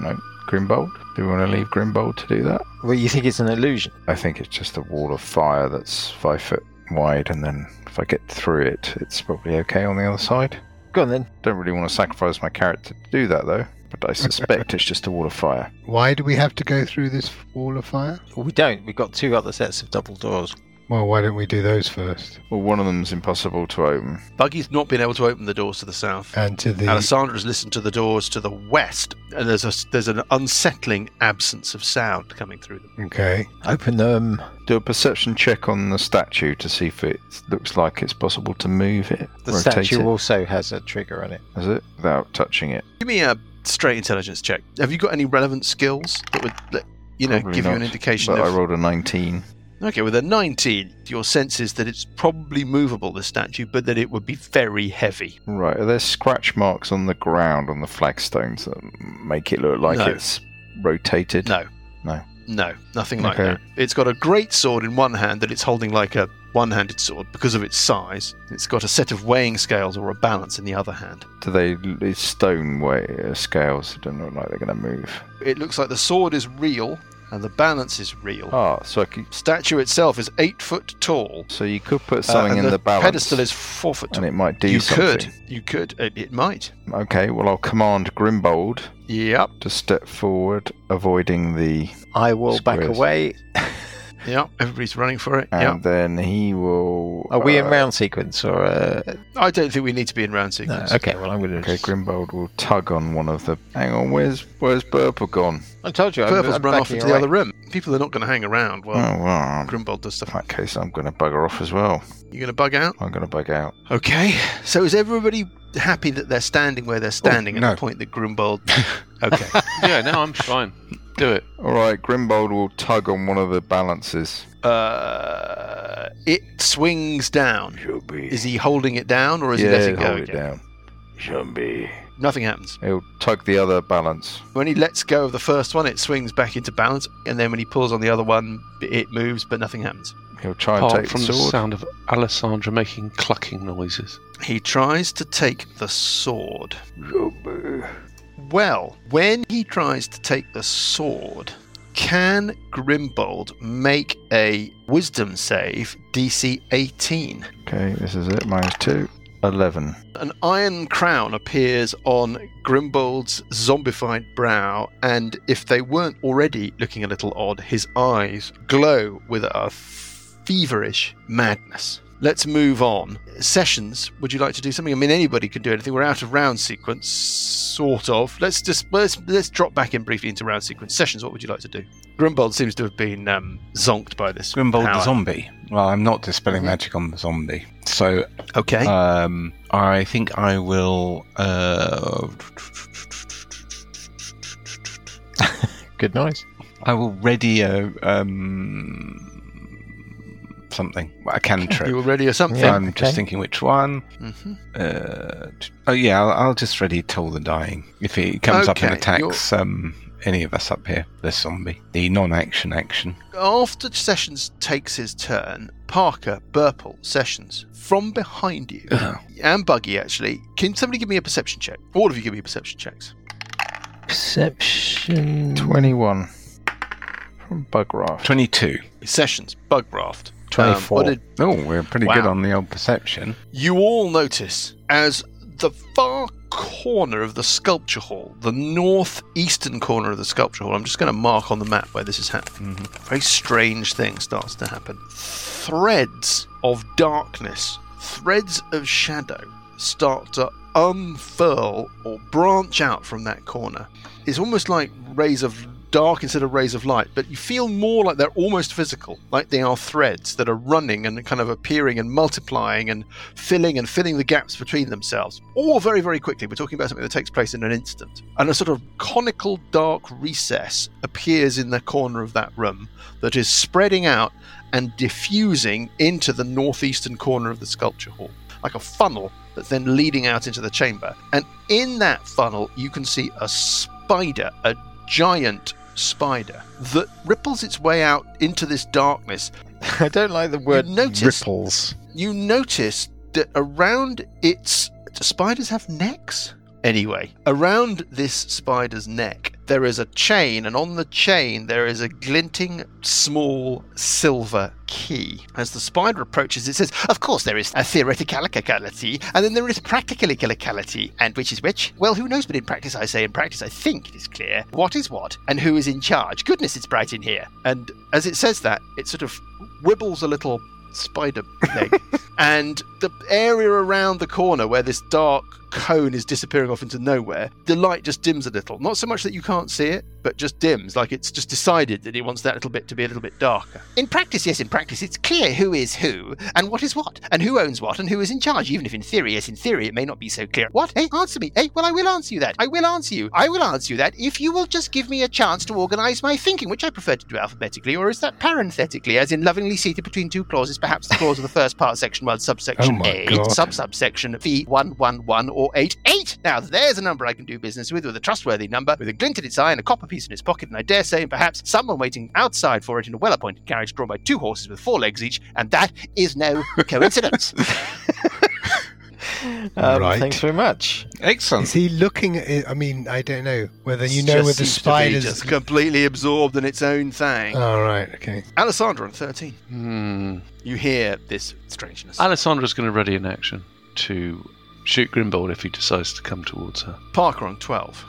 E: No? Grimbold? Do we want to leave Grimbold to do that?
B: Well, you think it's an illusion?
E: I think it's just a wall of fire that's five foot wide, and then if I get through it, it's probably okay on the other side.
B: Go on then.
E: Don't really want to sacrifice my character to do that though, but I suspect it's just a wall of fire.
H: Why do we have to go through this wall of fire?
B: Well, we don't. We've got two other sets of double doors.
I: Well, why don't we do those first?
E: Well, one of them's impossible to open.
A: Buggy's not been able to open the doors to the south.
I: And to the
A: Alessandra's listened to the doors to the west, and there's a, there's an unsettling absence of sound coming through them.
I: okay,
B: Open them.
E: Do a perception check on the statue to see if it looks like it's possible to move it.
B: The
E: rotate
B: statue
E: it.
B: also has a trigger on it.
E: Is it? Without touching it.
A: Give me a straight intelligence check. Have you got any relevant skills that would, let- you know,
E: Probably
A: give you
E: not,
A: an indication
E: But
A: of?
E: I rolled a 19.
A: Okay, with a 19, your sense is that it's probably movable, this statue, but that it would be very heavy.
E: Right, are there scratch marks on the ground on the flagstones that make it look like
A: No.
E: it's rotated?
A: No.
E: No.
A: No, nothing like
E: Okay.
A: that. It's got a great sword in one hand that it's holding like a one handed sword because of its size. It's got a set of weighing scales or a balance in the other hand.
E: Do they it's stone weight uh, scales? It don't look like they're going to move.
A: It looks like the sword is real and the balance is real.
E: Ah, so I could,
A: Statue itself is eight foot tall.
E: so you could put
A: uh,
E: something
A: and
E: in the, balance,
A: pedestal is four foot
E: and
A: tall.
E: it might do
A: you
E: something.
A: could. You could. It, it might.
E: Okay, well I'll command Grimbold
A: Yep.
E: to step forward, avoiding the,
B: I will back
E: Squares.
B: away.
A: Yep. Everybody's running for it.
E: and
A: Yep.
E: then he will.
B: Are we in
E: uh,
B: round sequence or uh,
A: I don't think we need to be in round
B: no?
A: sequence.
B: Okay, well I'm going to.
E: Okay, Grimbold will tug on one of the. Hang on, where's where's Burple gone?
B: I told you. I'm,
A: Purple's
B: I'm
A: run off
B: backing
A: into the
B: away.
A: other room. People are not going to hang around
E: Oh,
A: while
E: well, I'm-
A: Grimbold does
E: in
A: stuff.
E: that case, I'm going to bugger off as well.
A: You're going to bug out?
E: I'm going to bug out.
A: Okay. So is everybody happy that they're standing where they're
E: Oh,
A: standing at
I: no.
A: the point that Grimbold. okay.
C: yeah, no, I'm fine. Do it.
E: All right, Grimbold will tug on one of the balances.
A: Uh, it swings down. Is he holding it down or is
E: yeah,
A: he letting
E: hold
A: go?
E: it
A: again?
E: down.
A: Nothing happens.
E: He'll tug the other balance.
A: When he lets go of the first one, it swings back into balance, and then when he pulls on the other one, it moves, but nothing happens.
E: He'll try and
C: Apart
E: take
C: from
E: the
C: the
E: sword.
C: sound of Alessandra making clucking noises.
A: He tries to take the sword. Well, when he tries to take the sword, can Grimbold make a wisdom save DC 18?
E: Okay, this is it. Minus two. Eleven.
A: An iron crown appears on Grimbold's zombified brow, and if they weren't already looking a little odd, his eyes glow with a feverish madness. Let's move on. Sessions, would you like to do something? I mean, anybody can do anything. We're out of round sequence, sort of. Let's just let's, let's drop back in briefly into round sequence. Sessions, what would you like to do? Grimbold seems to have been um, zonked by this.
F: Grimbold the
A: power.
F: zombie. Well, I'm not dispelling magic on the zombie. So
A: Okay.
F: um, I think I will. Uh,
B: Good noise.
F: I will ready a. Um, something. A
A: you
F: cantrip.
A: were ready or something?
B: Yeah,
F: I'm just
B: okay.
F: thinking which one.
A: hmm
F: Uh, t- oh yeah, I'll, I'll just ready Toll the Dying if it comes up and
A: Okay,
F: attacks um, any of us up here. The zombie, the non-action action.
A: After Sessions takes his turn, Parker, Burple, Sessions, from behind you, and Buggy actually, can somebody give me a perception check? All of you give me perception checks.
B: Perception.
E: Twenty-one. From Bugraft.
F: Twenty-two.
A: Sessions, Bugraft.
B: Twenty-four.
A: what did
F: Oh, we're pretty good
A: Wow.
F: on the old perception.
A: you all notice as the far corner of the sculpture hall, the northeastern corner of the sculpture hall, I'm just going to mark on the map where this is happening.
F: Mm-hmm.
A: Very strange thing starts to happen. Threads of darkness, threads of shadow start to unfurl or branch out from that corner. It's almost like rays of dark instead of rays of light, but you feel more like they're almost physical, like they are threads that are running and kind of appearing and multiplying and filling and filling the gaps between themselves, all very, very quickly. We're talking about something that takes place in an instant. And a sort of conical dark recess appears in the corner of that room that is spreading out and diffusing into the northeastern corner of the sculpture hall, like a funnel that's then leading out into the chamber. And in that funnel, you can see a spider, a giant spider that ripples its way out into this darkness
B: I don't like the word
A: You noticed-
B: ripples.
A: you notice that around its do spiders have necks anyway around this spider's neck there is a chain and on the chain there is a glinting small silver key as the spider approaches it says
G: Of course, there is a theoretical locality, and then there is practical locality. And which is which? Well, who knows? But in practice, I say in practice, I think it is clear what is what and who is in charge. Goodness, it's bright in here.
A: and as it says that it sort of wibbles a little spider leg. and the area around the corner where this dark cone is disappearing off into nowhere, the light just dims a little. Not so much that you can't see it, but just dims, like it's just decided that it wants that little bit to be a little bit darker.
G: In practice, yes, in practice, it's clear who is who and what is what and who owns what and who is in charge, even if in theory, yes, in theory, it may not be so clear. What? Hey, answer me. Hey, well, I will answer you that. I will answer you. I will answer you that if you will just give me a chance to organize my thinking, which I prefer to do alphabetically, or is that parenthetically, as in lovingly seated between two clauses, perhaps the clause of the first part, section 1, subsection
I: Oh my
G: A,
I: God.
G: sub subsection V111 or 88. Now, there's a number I can do business with, with a trustworthy number, with a glint in its eye and a copper piece in its pocket, and I dare say, and perhaps someone waiting outside for it in a well appointed carriage drawn by two horses with four legs each, and that is no coincidence.
I: Um, Right.
B: Thanks
I: thanks
B: very much.
F: Excellent.
I: Is he looking at it? I mean, I don't know whether you
A: It
I: know
A: just
I: whether
A: seems to be
I: spiders. Uh.
A: just completely absorbed in its own thing.
I: All right. Okay.
A: Alessandra on thirteen.
C: Hmm.
A: You hear this strangeness.
C: Alessandra's going to ready an action to shoot Grimbold if he decides to come towards her.
A: Parker on twelve.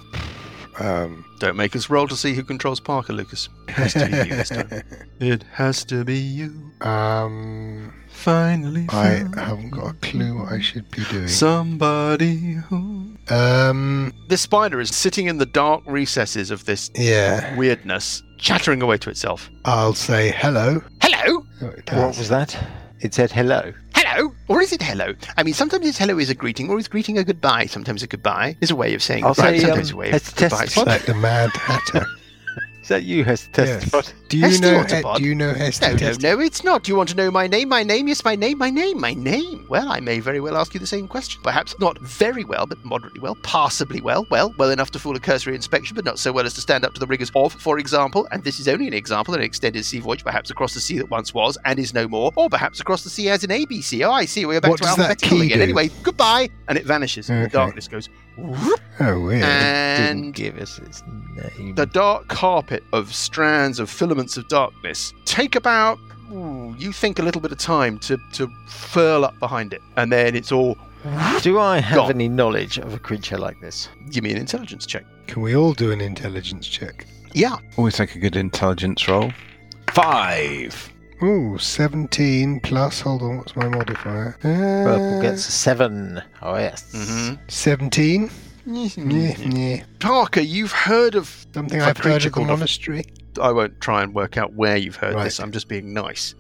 H: Um,
A: Don't make us roll to see who controls Parker, Lucas. It has to be you this time. It has to be you.
H: um,
A: Finally,
H: I
A: found
H: haven't got a clue what I should be doing.
A: somebody who.
H: Um,
A: This spider is sitting in the dark recesses of this
I: Yeah.
A: weirdness, chattering away to itself.
I: I'll say hello.
G: hello?
I: Oh, it
B: What
I: does.
B: was that? It said hello.
G: Hello? Or is it hello? I mean, sometimes it's hello is a greeting, or is greeting a goodbye? Sometimes a goodbye is a way of saying
B: I'll
G: goodbye.
B: say,
G: sometimes
B: um,
G: a way
B: let's
G: of goodbye.
B: test
I: It's like the Mad Hatter.
B: Is that you, Hester?
I: Yes.
B: Test?
I: Do you
G: Hester
I: know?
G: wants a
I: He-
G: pod.
I: do you know Hester?
G: No, no,
I: Test-
G: no, it's not. You want to know my name? My name? Yes, my name, my name, my name. Well, I may very well ask you the same question. Perhaps not very well, but moderately well, passably well, well, well enough to fool a cursory inspection, but not so well as to stand up to the rigours of, for example, and this is only an example, an extended sea voyage, perhaps across the sea that once was and is no more, or perhaps across the sea as in ABC. Oh, I see, we're back
I: What
G: to
I: does that
G: alphabetical
I: key
G: again.
I: do?
G: Anyway, goodbye. And it vanishes. and The
I: Okay.
A: darkness goes. whoop,
I: Oh, weird.
B: Didn't
A: And
B: give us its name.
A: the dark carpet of strands of filaments of darkness take about ooh, you think a little bit of time to to furl up behind it and then it's all
B: Do I have
A: Gone. Uh,
B: any knowledge of a creature like this?
A: give me an intelligence check
I: Can we all do an intelligence check?
A: yeah
F: Always take a good intelligence roll. Five.
I: Ooh, 17 plus. Hold on, what's my modifier? Uh,
B: Purple gets a seven. Oh yes.
A: Mm-hmm.
I: 17. Yeah, yeah.
A: parker you've heard of
I: Something
A: A
I: I've heard
A: creature
I: of the
A: called a-
I: monastery.
A: i won't try and work out where you've heard
I: Right.
A: this i'm just being nice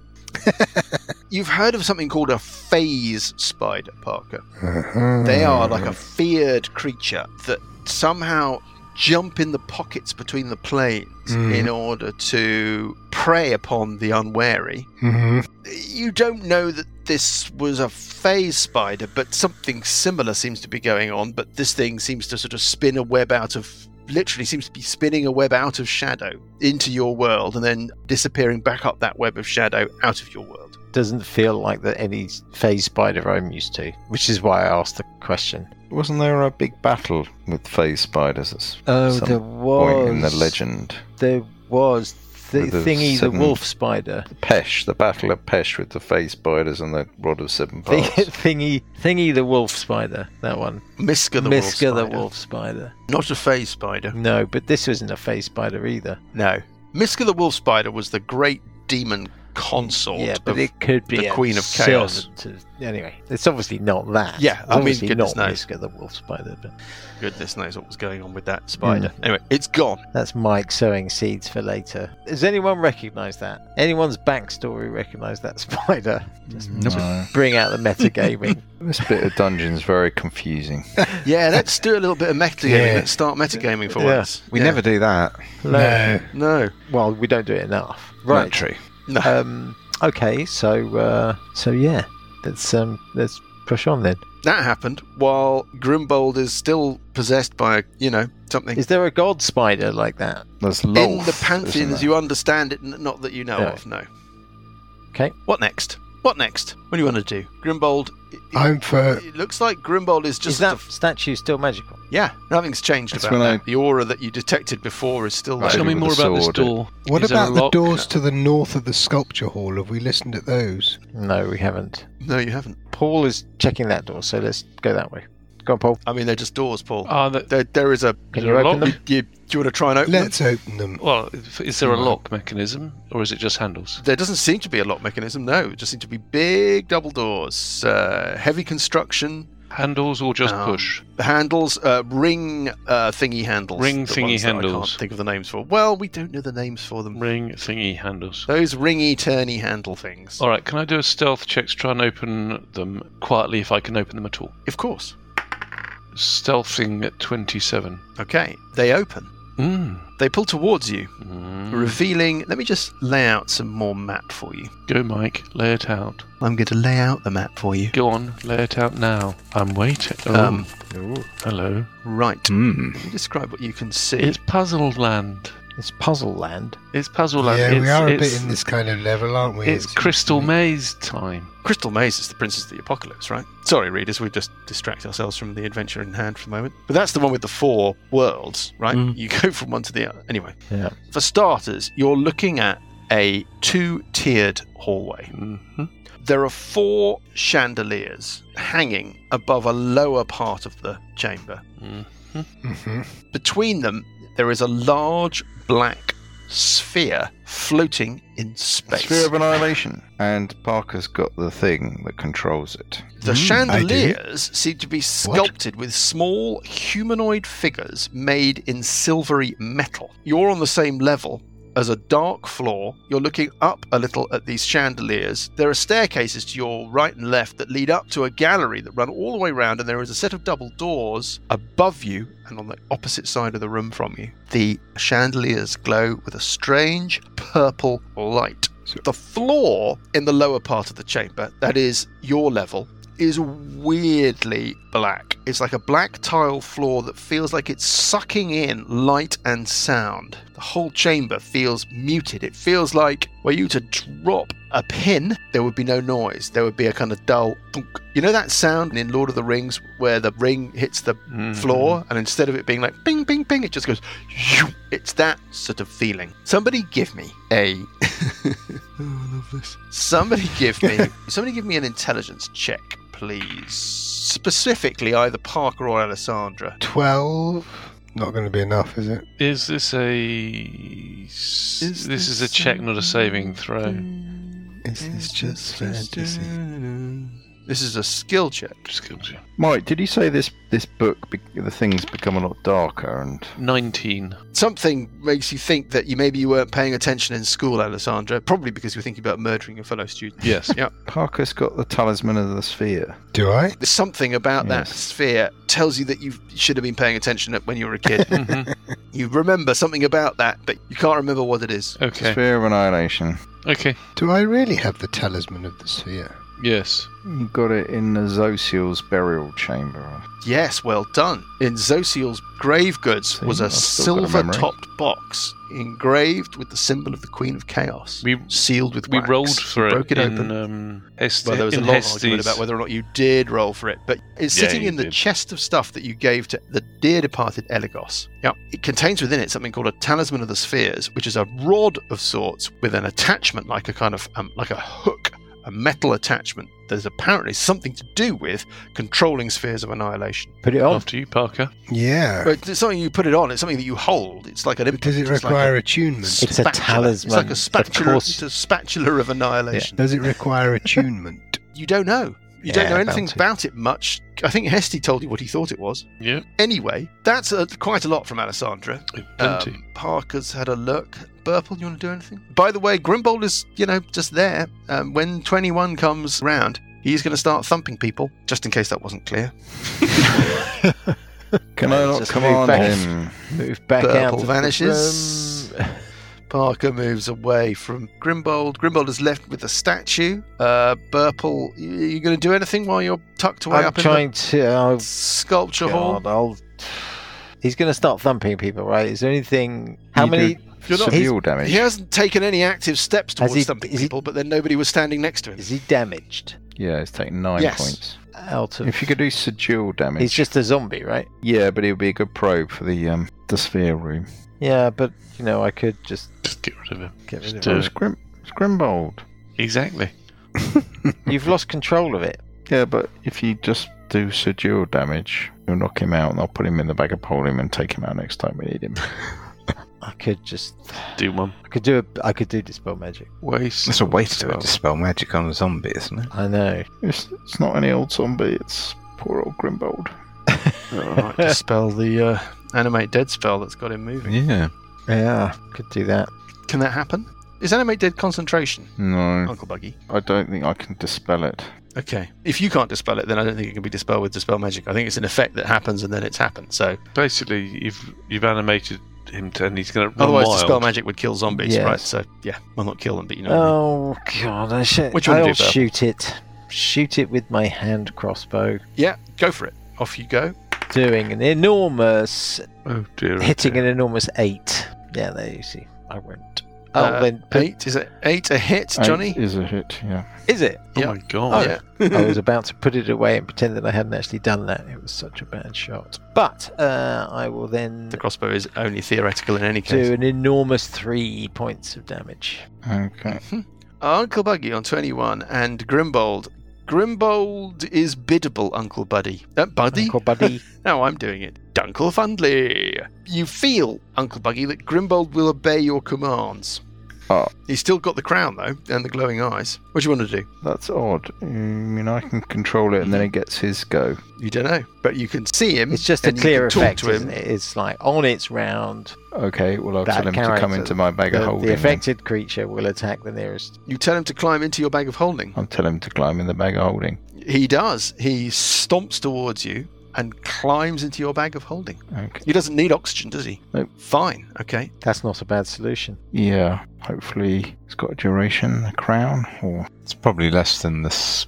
A: you've heard of something called a phase spider parker
I: Uh-huh.
A: They
B: Hmm.
A: are like a feared creature that somehow jump in the pockets between the planes
B: Hmm.
I: Mm.
A: in order to prey upon the unwary.
I: Mhm.
A: You don't know that this was a phase spider, but something similar seems to be going on. But this thing seems to sort of spin a web out of literally seems to be spinning a web out of shadow into your world and then disappearing back up that web of shadow out of your world.
B: Doesn't feel like the any phase spider I'm used to, which is why I asked the question.
E: Wasn't there a big battle with phase spiders at some
B: Oh, there
E: point in the
B: was.
E: legend?
B: There was the
E: With the
B: thingy,
E: seven-
B: the wolf spider.
E: Pesh, the battle of Pesh with the phase spiders and the rod of seven
B: Thing,
E: parts.
B: thingy, thingy, the wolf spider. That one.
A: Miska the
B: Miska
A: wolf.
B: the
A: spider.
B: wolf spider.
A: Not a phase spider.
B: No, but this wasn't a phase spider either.
A: No. Miska the Wolf Spider was the great demon consort.
B: yeah, but
A: of-
B: it could be
A: the
B: a
A: Queen of Chaos.
B: servant to- anyway, it's obviously not that.
A: Yeah,
B: it's
A: I mean,
B: obviously
A: goodness
B: not
A: knows.
B: Miska the wolf spider, but
A: goodness knows what was going on with that spider. Anyway, it's gone.
B: That's Mike sowing seeds for later. Does anyone recognise that? Anyone's backstory recognise that spider? Just
E: No.
B: bring out the metagaming.
E: This bit of dungeon's very confusing.
A: Yeah, let's do a little bit of metagaming.
I: Yeah.
A: Let's start metagaming for
B: Yeah.
A: once.
F: We
A: Yeah.
F: never do that.
I: No.
A: No.
B: Well, we don't do it enough,
F: Right.
B: right?
F: True.
A: No.
B: Um, okay, so uh, so yeah, let's um, let's push on then.
A: that happened while Grimbold is still possessed by, you know, something.
B: Is there a god spider like that?
E: There's
A: in
E: Lolf,
A: the
E: isn't
A: pantheon as
E: there?
A: you understand it, n- not that you know
B: No.
A: of, no.
B: Okay.
A: What next? What next? What do you want to do? Grimbold. It,
I: I'm for.
A: it looks like Grimbold is just.
B: Is that
A: sort of-
B: statue still magical?
A: yeah, nothing's changed
E: That's
A: about
E: when
A: that.
E: I-
A: The aura that you detected before is still
E: Right.
A: there.
C: Tell me
E: with
C: more
E: the
C: about this
E: sword.
C: door.
I: What
C: Is there
I: about
C: a
I: the
C: lock?
I: doors to the north of the sculpture hall? Have we listened at those?
B: No, we haven't.
A: No, you haven't.
B: Paul is checking that door, so let's go that way. Go on, Paul.
A: I mean, they're just doors, Paul.
C: Are the,
A: there, there is a.
B: Can
C: Is
B: you
C: there a
B: open
C: lock?
B: them?
A: You, do you want to try and open
H: Let's open them.
C: well, if- is there a lock mechanism or is it just handles?
A: them? There doesn't seem to be a lock mechanism. No, it just seem to be big double doors, uh, heavy construction
C: Handles or just
A: Um,
C: push?
A: handles, uh, ring uh, thingy handles.
C: Ring
A: the
C: thingy
A: ones that I
C: handles.
A: can't think of the names for. Well, we don't know the names for them.
C: Ring thingy handles.
A: Those ringy, turny handle things.
C: All right, can I do a stealth check to try and open them quietly if I can open them at all?
A: Of course.
C: Stealthing at 27.
A: Okay, they open.
C: Mm.
A: They pull towards you,
C: Mm.
A: revealing. Let me just lay out some more map for you.
C: Go, Mike. Lay it out.
A: I'm going to lay out the map for you.
C: Go on. Lay it out now. I'm waiting. Oh,
A: Um,
C: hello.
A: Right.
F: Hmm.
A: Can you describe what you can see?
C: It's Puzzle Land.
B: It's Puzzle Land.
C: It's Puzzle Land.
H: Yeah,
C: it's,
H: we are a
C: it's-
H: bit in this kind of level, aren't we?
C: It's Crystal Maze time.
A: Crystal Maze is the Princess of the Apocalypse, right? Sorry, readers, we just distract ourselves from the adventure in hand for the moment. But that's the one with the four worlds, right? You go from one to the other. Anyway,
B: Yeah.
A: for starters, you're looking at a two tiered hallway.
C: Mm-hmm.
A: There are four chandeliers hanging above a lower part of the chamber.
I: Mm-hmm.
H: hmm
A: Between them, there is a large black sphere floating in space.
E: Sphere of Annihilation. And Parker's got the thing that controls it.
A: The chandeliers seem to be sculpted with small humanoid figures made in silvery metal. You're on the same level as a dark floor. You're looking up a little at these chandeliers. There are staircases to your right and left that lead up to a gallery that run all the way round, and there is a set of double doors above you and on the opposite side of the room from you. The chandeliers glow with a strange purple light. The floor in the lower part of the chamber, that is your level, is weirdly black. It's like a black tile floor that feels like it's sucking in light and sound. The whole chamber feels muted. It feels like were you to drop a pin, there would be no noise. There would be a kind of dull thunk. You know that sound in Lord of the Rings where the ring hits the
C: Mm-hmm.
A: floor and instead of it being like bing bing bing it just goes shoo. it's that sort of feeling. Somebody give me a Somebody give me somebody give me an intelligence check, please. Specifically either Parker or Alessandra.
H: 12. Not going to be enough, is it?
C: Mm-hmm. Is this a. s- this, is a check, not a saving throw.
H: Is this Uh, just fantasy?
A: This is a skill check.
C: Just gives you-
E: Mike, did you say this this book, be- the thing's become a lot darker and
C: 19.
A: Something makes you think that you maybe you weren't paying attention in school, Alessandra. Probably because you were thinking about murdering your fellow student.
C: Yes.
E: Parker's got the talisman of the sphere?
H: Do I?
A: There's something about that
E: Yes.
A: sphere tells you that you should have been paying attention when you were a kid.
C: hmm
A: you remember something about that, but you can't remember what it is.
C: Okay.
E: Sphere of Annihilation.
C: Okay.
H: Do I really have the talisman of the sphere?
C: Yes.
E: You got it in the Zosiel's burial chamber.
A: Yes, well done. In Zosiel's grave goods
E: See,
A: was a
E: I've still got a
A: silver
E: memory.
A: topped box engraved with the symbol of the Queen of Chaos.
C: We-
A: sealed with
C: We
A: wax.
C: rolled for it.
A: broke it
C: in,
A: open.
C: Um, Hest-
A: well, there was a
C: in
A: long argument
C: Hestes.
A: about whether or not you did roll for it, but it's
C: Yeah,
A: sitting
C: you
A: in the
C: did.
A: chest of stuff that you gave to the dear departed Eligos. Yep. It contains within it something called a talisman of the spheres, which is a rod of sorts with an attachment like a kind of um, like a hook, a metal attachment. There's apparently something to do with controlling spheres of annihilation.
B: Put it
E: Oh,
B: on.
C: After you, Parker.
H: Yeah.
A: But it's something you put it on. It's something that you hold. It's like an.
H: But does it
A: it's like a
H: require attunement?
B: It's a
A: spatula.
B: talisman,
A: It's like a
B: of
A: spatula.
B: course.
A: It's a spatula of annihilation.
H: Does it require attunement?
A: You don't know. You
B: Yeah,
A: don't know anything
B: about
A: about
B: it.
A: it much. I think Hesty told you what he thought it was.
C: Yeah.
A: Anyway, that's uh quite a lot from Alessandra.
C: Plenty.
A: Um, Parker's had a look. Burple, you want to do anything? By the way, Grimbold is, you know, just there. Um, when 21 comes round, he's going to start thumping people, just in case that wasn't clear.
E: Can
B: Right,
E: I not
B: just
E: come
B: move
E: on
B: back.
E: him?
B: Move back out.
A: Burple
B: of
A: vanishes.
B: the room.
A: Parker moves away from Grimbold. Grimbold is left with the statue. Uh, Burple, you, you going to do anything while you're tucked away
B: I'm
A: up
B: trying to. oh,
A: in the sculpture hall?
B: God, I'll- He's going to start thumping people, right? Is there anything? How
E: You
B: many?
A: You're not-
E: Severe damage.
A: He hasn't taken any active steps
B: Has
A: towards
B: he-
A: thumping
B: is he-
A: people, but then nobody was standing next to him.
B: Is he damaged?
E: Yeah, it's taking nine
A: Yes.
E: points.
B: Out of.
E: If you could do sigil damage.
B: he's just a zombie, right?
E: Yeah, but it would be a good probe for the um the sphere room.
B: Yeah, but you know, I could just
C: Just get rid of him.
B: get rid of it.
C: do
E: Oh,
C: Yeah.
E: it's, Grim- it's Grimbold.
C: Exactly.
B: You've lost control of it.
E: Yeah, but if you just do sidual damage. You'll knock him out, and I'll put him in the bag of polling and take him out next time we need him.
B: I could just,
C: Do one.
B: I could do, a, I could do dispel magic.
C: Waste.
F: That's a way to do it.
C: Well.
F: Dispel magic on a zombie, isn't it?
B: I know.
E: It's, it's not any old zombie. It's poor old Grimbold.
A: Alright, dispel the uh, animate dead spell that's got him moving.
F: Yeah.
B: Yeah, could do that.
A: Can that happen? Is animate dead concentration,
B: Hmm.
E: No,
A: Uncle Buggy?
E: I don't think I can dispel it.
A: Okay. If you can't dispel it, then I don't think it can be dispelled with dispel magic. I think it's an effect that happens and then it's happened. So
C: Basically, you've you've animated him to, and he's going to run
A: otherwise,
C: wild.
A: dispel magic would kill zombies,
B: Yes.
A: right? So yeah, well not kill them, but you know. what I mean.
B: Oh god, I should.
A: What you wanna
B: I'll
A: do, Bill?
B: shoot it. Shoot it with my hand crossbow,
A: Yeah, go for it. Off you go.
B: doing an enormous,
C: Oh dear. oh
B: hitting
C: dear.
B: an enormous eight. Yeah, there you see. I went. Oh,
A: Uh,
B: then put-
A: Eight is it eight a hit, Johnny?
E: Eight is a hit. Yeah.
B: is it?
C: Oh
A: yeah.
C: my god.
A: yeah.
B: I was about to put it away and pretend that I hadn't actually done that. It was such a bad shot. But uh, I will then
A: The crossbow is only theoretical in any case.
B: do an enormous three points of damage.
E: Okay.
A: Hmm. Uncle Buggy on 21 and Grimbold. Grimbold is biddable, Uncle Buddy. Uh, buddy?
B: Uncle Buddy.
A: Now I'm doing it. Dunkle Fundley. You feel, Uncle Buggy, that Grimbold will obey your commands.
E: Oh.
A: He's still got the crown, though, and the glowing eyes. What do you want to do?
E: That's odd. I mean, I can control it, and then it gets his go.
A: You don't know. But you can see him.
B: it's just a
A: and you can
B: clear
A: talk
B: effect,
A: to him.
B: isn't it? It's like on its round,
E: Okay. Well, I'll
B: That
E: tell him to come
B: character,
E: into my bag of
B: the,
E: holding.
B: the
E: then.
B: affected creature will attack the nearest
A: You tell him to climb into your bag of holding.
E: I'll tell him to climb in the bag of holding.
A: He does. He stomps towards you and climbs into your bag of holding.
E: Okay.
A: He doesn't need oxygen, does he?
E: Nope.
A: Fine. Okay.
B: That's not a bad solution.
E: Yeah. Hopefully, it's got a duration. The crown or
F: It's probably less than this.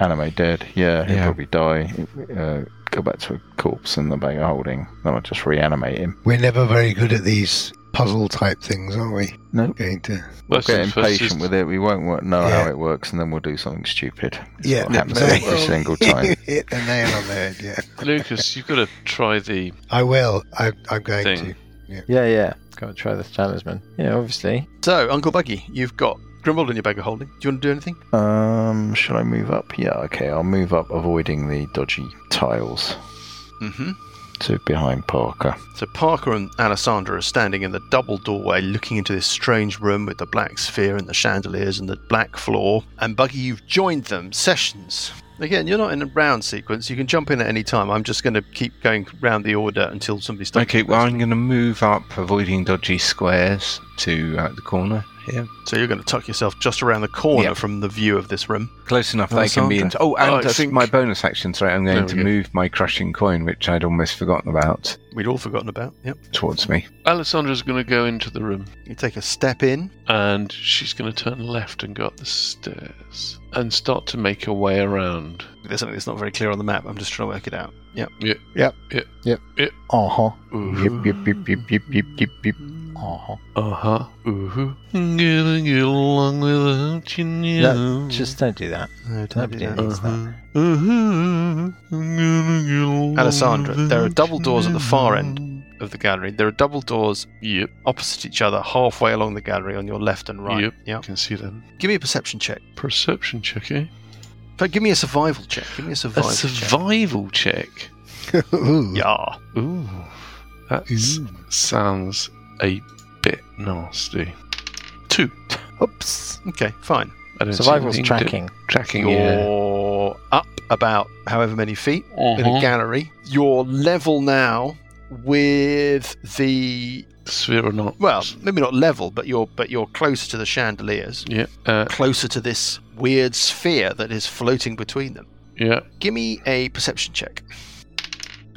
E: anime dead. Yeah, he'll
F: Yeah.
E: probably die. Uh, go back to a corpse in the bag of holding. Then I'll just reanimate him.
I: We're never very good at these puzzle type things, are we?
E: No.
I: Going to.
E: We'll
C: Versus-
E: get impatient
C: versus-
E: with it. We won't wo- know
I: Yeah.
E: how it works, and then we'll do something stupid. It's
I: Yeah,
E: what happens
I: no.
E: every single time.
I: Hit the nail on the head. Yeah.
C: Lucas, you've got to try the
I: I will. I, I'm going
C: Thing.
I: to.
B: Yeah, yeah. Go and try the talisman. Yeah, obviously.
A: So, Uncle Buggy, you've got Grimbold in your bag of holding. Do you want to do anything?
E: Um, shall I move up? Yeah, okay. I'll move up, avoiding the dodgy tiles
A: Mm
F: Mm-hmm.
A: hmm.
E: to behind Parker.
A: So Parker and Alessandra are standing in the double doorway looking into this strange room with the black sphere and the chandeliers and the black floor. And Buggy, you've joined them. Sessions. Again, you're not in a round sequence. You can jump in at any time. I'm just going to keep going round the order until somebody stops.
F: Okay, well, I'm going to move up, avoiding dodgy squares, to uh, the corner here.
A: So you're going to tuck yourself just around the corner
F: Yeah.
A: from the view of this room.
F: Close enough they can be in.
A: Alessandra.
F: Oh, and
A: Oh, I
F: I
A: think-
F: think my bonus action, sorry, I'm
A: There
F: going
A: we
F: to
A: go.
F: move my crushing coin, which I'd almost forgotten about,
A: We'd all forgotten about. Yep.
F: towards me.
C: Alessandra's going to go into the room,
A: You take a step in.
C: and she's going to turn left and go up the stairs and start to make her way around.
A: There's something that's not very clear on the map. I'm just trying to work it out. Yep.
B: Uh
E: Uh-huh.
B: huh.
C: Ooh.
E: Yep, yep, yep, yep, yep, yep, yep.
B: Uh huh.
C: Uh huh. Ooh. Gonna get along without you now.
B: No, just don't do that.
A: No,
B: Nobody needs that.
C: Uh-huh. Uh-huh. I'm gonna get along
A: Alessandra, there are
C: without
A: double
C: you
A: doors at the far end.
C: now.
A: Of the gallery, there are double doors
C: Yep,
A: opposite each other, halfway along the gallery on your left and right.
C: Yep. I
A: Yep.
C: can see them.
A: Give me a perception check.
C: Perception check, eh?
A: But give me a survival check. Give me a
C: A
A: survival check.
C: survival check.
I: Ooh.
A: Yeah.
C: Ooh, that sounds a bit nasty. Two.
B: Oops.
A: Okay, fine.
C: I don't see
B: Survival's
C: anything
B: tracking.
C: to- tracking. Yeah.
A: You're up about however many feet in a
C: Uh-huh.
A: gallery. You're level now with the
C: Sphere or not?
A: well, maybe not level, but you're but you're closer to the chandeliers,
C: Yeah. Uh,
A: closer to this weird sphere that is floating between them.
C: yeah.
A: Give me a perception check.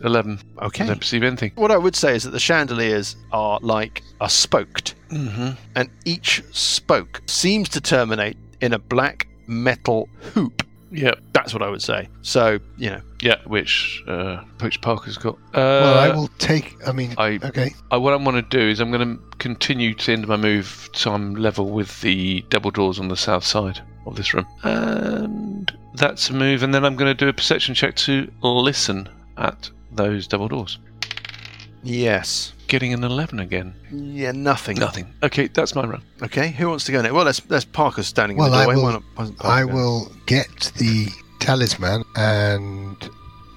C: Eleven. I
A: Okay.
C: don't perceive anything.
A: What I would say is that the chandeliers are like are spoked.
C: Mm-hmm.
A: and each spoke seems to terminate in a black metal hoop.
C: Yeah.
A: That's what I would say. So, you know,
C: Yeah. Which uh, which Parker's got? Uh,
I: Well, I will take. I mean,
C: I-
I: okay.
C: I, what I'm going to do is I'm going to continue to the end of my move so I'm level with the double doors on the south side of this room. And that's a move. And then I'm going to do a perception check to listen at those double doors.
A: yes.
C: Getting an 11 again.
A: Yeah, nothing.
C: Nothing. Okay, that's my run.
A: Okay, who wants to go next? Well, that's that's Parker standing
I: Well,
A: in the
I: I
A: doorway.
I: will-
A: Why not? why isn't Parker
I: I
A: going?
I: will get the talisman and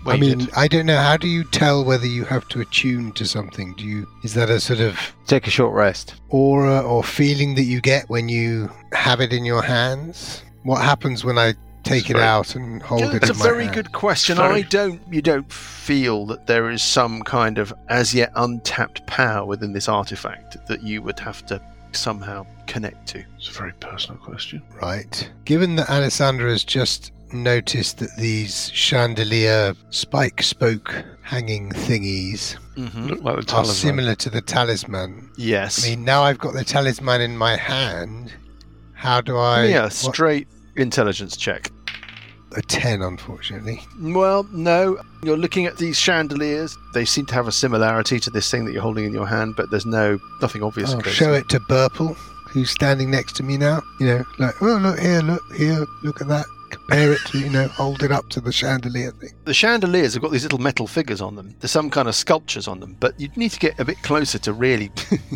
I: I
A: Weighted.
I: mean, I don't know. How do you tell whether you have to attune to something? Do you? Is that a sort of
B: Take a short rest.
I: aura or feeling that you get when you have it in your hands? What happens when I take it
C: Sorry.
I: out and hold
A: Yeah,
I: it?
A: That's a
I: in my
A: very
I: hand?
A: good question.
C: Very-
A: I don't. You don't feel that there is some kind of as yet untapped power within this artifact that you would have to somehow connect to.
C: It's a very personal question.
I: Right. Given that Alessandra has just noticed that these chandelier spike spoke hanging thingies
A: Mm-hmm.
C: Look like the
I: are
C: talisman.
I: similar to the talisman,
A: Yes.
I: I mean, now I've got the talisman in my hand. How do I?
A: yeah.
I: what-
A: Straight intelligence check.
I: a ten, unfortunately.
A: Well, no. You're looking at these chandeliers. They seem to have a similarity to this thing that you're holding in your hand, but there's no nothing obvious.
I: I'll
A: about
I: Oh, show it to Burple, who's standing next to me now. You know, like, oh look here, look here, look at that. Compare it to, you know, hold it up to the chandelier thing.
A: The chandeliers have got these little metal figures on them. There's some kind of sculptures on them, but you'd need to get a bit closer to really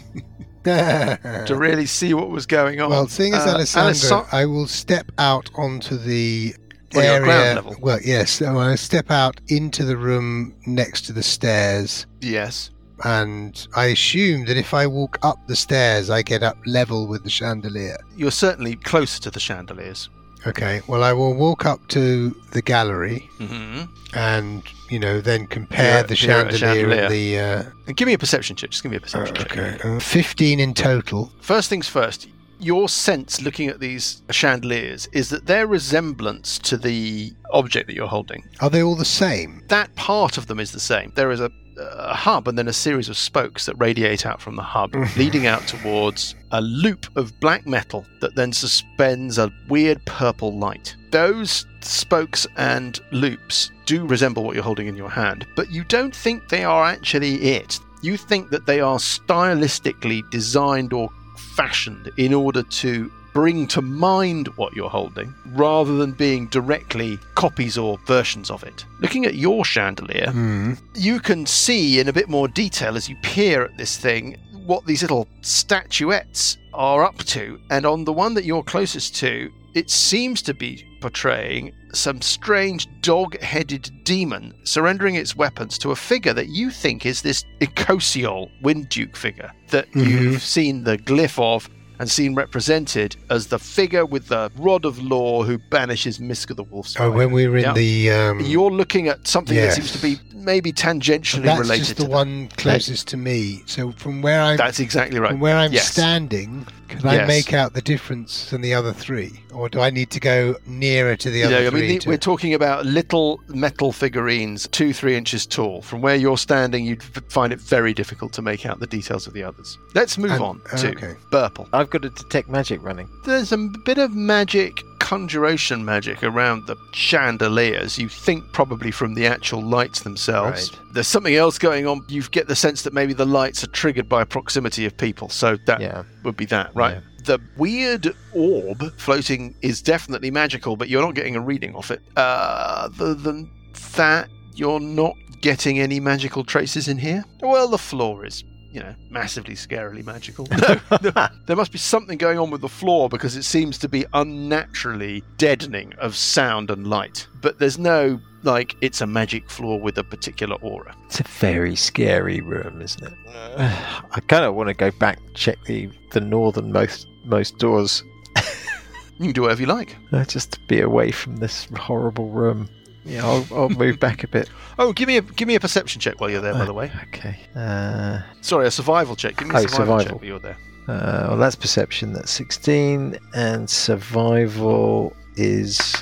A: to really see what was going on.
I: well, seeing as
A: Uh,
I: Alessandra,
A: Alessa-
I: I will step out onto the
A: Well, you're at
I: area.
A: ground level.
I: Well, yes, so I step out into the room next to the stairs.
A: yes.
I: And I assume that if I walk up the stairs, I get up level with the chandelier.
A: You're certainly closer to the chandeliers.
I: Okay, well, I will walk up to the gallery
A: Mm-hmm.
I: and, you know, then compare
A: Yeah,
I: the
A: peer at the
I: chandelier, and the. Uh,
A: And give me a perception check. Just give me a
I: uh,
A: perception check.
I: okay, uh, 15 in total.
A: First things first. Your sense looking at these chandeliers is that their resemblance to the object that you're holding,
I: Are they all the same?
A: that part of them is the same. There is a, a hub and then a series of spokes that radiate out from the hub, leading out towards a loop of black metal that then suspends a weird purple light. Those spokes and loops do resemble what you're holding in your hand, but you don't think they are actually it. You think that they are stylistically designed or fashioned in order to bring to mind what you're holding rather than being directly copies or versions of it. Looking at your chandelier,
I: Hmm.
A: you can see in a bit more detail as you peer at this thing what these little statuettes are up to. And on the one that you're closest to, it seems to be portraying some strange dog headed demon surrendering its weapons to a figure that you think is this Icosiol Wind Duke figure that
I: Mhm.
A: you've seen the glyph of and seen represented as the figure with the rod of law who banishes Misk of the Wolf's.
I: Oh, when we were in
A: Yeah.
I: the. Um,
A: You're looking at something
I: Yes.
A: that seems to be maybe tangentially
I: that's
A: related to
I: just the
A: that.
I: one closest to me. So from where I'm
A: That's exactly right.
I: from where I'm
A: Yes.
I: standing, can I
A: Yes.
I: make out the difference than the other three, or do I need to go nearer to the
A: You know,
I: other
A: I
I: three?
A: mean, the-
I: to-
A: we're talking about little metal figurines, two, three inches tall. From where you're standing, you'd f- find it very difficult to make out the details of the others. Let's move
I: And-
A: on
I: oh,
A: to
I: okay.
A: Burple.
B: I've got to detect magic running.
A: There's a bit of magic, conjuration magic around the chandeliers. You think probably from the actual lights themselves. There's something else going on. You get the sense that maybe the lights are triggered by proximity of people. So that
B: Yeah.
A: would be that, right?
B: Yeah.
A: The weird orb floating is definitely magical, but you're not getting a reading off it. Uh, other than that, you're not getting any magical traces in here. Well, the floor is, you know, massively scarily magical. No, no, there must be something going on with the floor because it seems to be unnaturally deadening of sound and light. But there's no like it's a magic floor with a particular aura.
B: It's a very scary room, isn't it? I kind of want to go back check the the northernmost most doors,
A: You can do whatever you like.
B: uh, just to be away from this horrible room. Yeah, I'll, I'll move back a bit.
A: Oh, give me a give me a perception check while you're there. By the way,
B: Okay. Uh,
A: sorry, a survival check. Give me a
B: Oh,
A: survival,
B: survival.
A: check while you're there.
B: uh, well, that's perception. That's sixteen, and survival is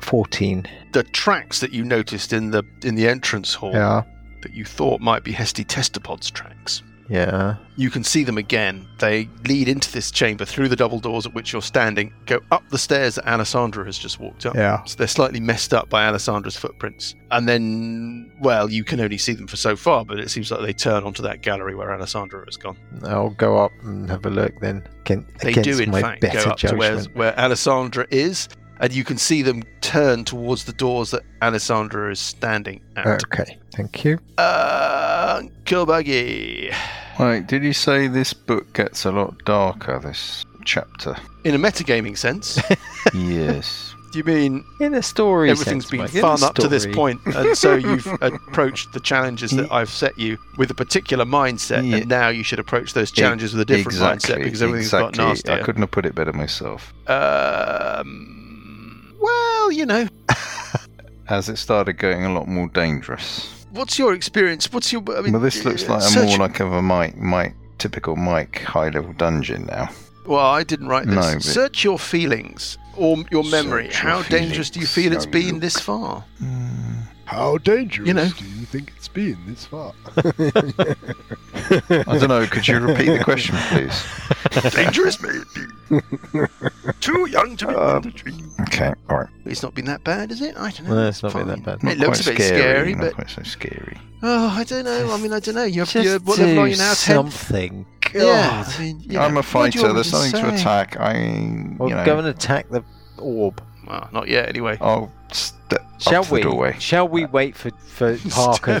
B: fourteen.
A: the tracks that you noticed in the in the entrance hall
B: Yeah.
A: that you thought might be Hesty Testapod's tracks.
B: Yeah.
A: You can see them again. They lead into this chamber through the double doors at which you're standing, go up the stairs that Alessandra has just walked up.
B: Yeah.
A: So they're slightly messed up by Alessandra's footprints. And then, well, you can only see them for so far, but it seems like they turn onto that gallery where Alessandra has gone.
B: I'll go up and have a look then. Again,
A: They
B: against
A: do, in
B: my
A: fact, go
B: better
A: up to where,
B: judgment.
A: where Alessandra is, and you can see them turn towards the doors that Alessandra is standing at.
E: Er.
B: Okay. Thank you.
A: Uh, Kilbuggy.
E: Wait, did you say this book gets a lot darker? This chapter.
A: In a metagaming sense,
E: yes.
A: Do you mean
B: In a story,
A: everything's
B: sense,
A: been
B: Mike, in a
A: fun up to this
B: story.
A: point, and so you've approached the challenges that I've set you with a particular mindset,
E: Yeah.
A: and now you should approach those challenges with a different mindset because everything's got
E: exactly.
A: nastier.
E: I couldn't have put it better myself.
A: Um, well, you know,
E: As it started getting a lot more dangerous.
A: what's your experience? What's your? I mean,
E: well, this looks
A: uh,
E: like a
A: search-
E: more like of a Mike, Mike, typical Mike high level dungeon now.
A: Well, I didn't write this.
E: No, but-
A: Search your feelings or m- your memory.
E: Search your
A: How dangerous do you feel
E: feelings.
A: it's been
E: Look.
A: this far? Mm.
I: How dangerous
A: You know.
I: do you think it's been this far?
E: I don't know. Could you repeat the question, please?
A: dangerous, maybe. Too young to be
E: Um,
A: mandatory.
E: Okay, all right.
A: It's not been that bad, is it? I don't know.
B: No, it's not been that
A: fine.
B: bad.
E: Not
A: It looks a
E: quite
A: bit scary,
E: not
A: but
E: quite so scary.
A: oh, I don't know. I mean, I don't know. You're,
B: Just
A: you're what
B: do
A: level are you now? Tenth.
B: something.
A: Yeah,
B: God.
A: I mean, you
E: I'm
A: know,
E: a
A: what do you
E: fighter.
A: want me
E: There's nothing to
A: say?
E: attack. I, you
B: Well,
E: know,
B: go and attack the orb.
A: Well, not yet, anyway.
E: I'll step
B: Shall
E: up to
B: we?
E: the doorway.
B: Shall we wait for for Parker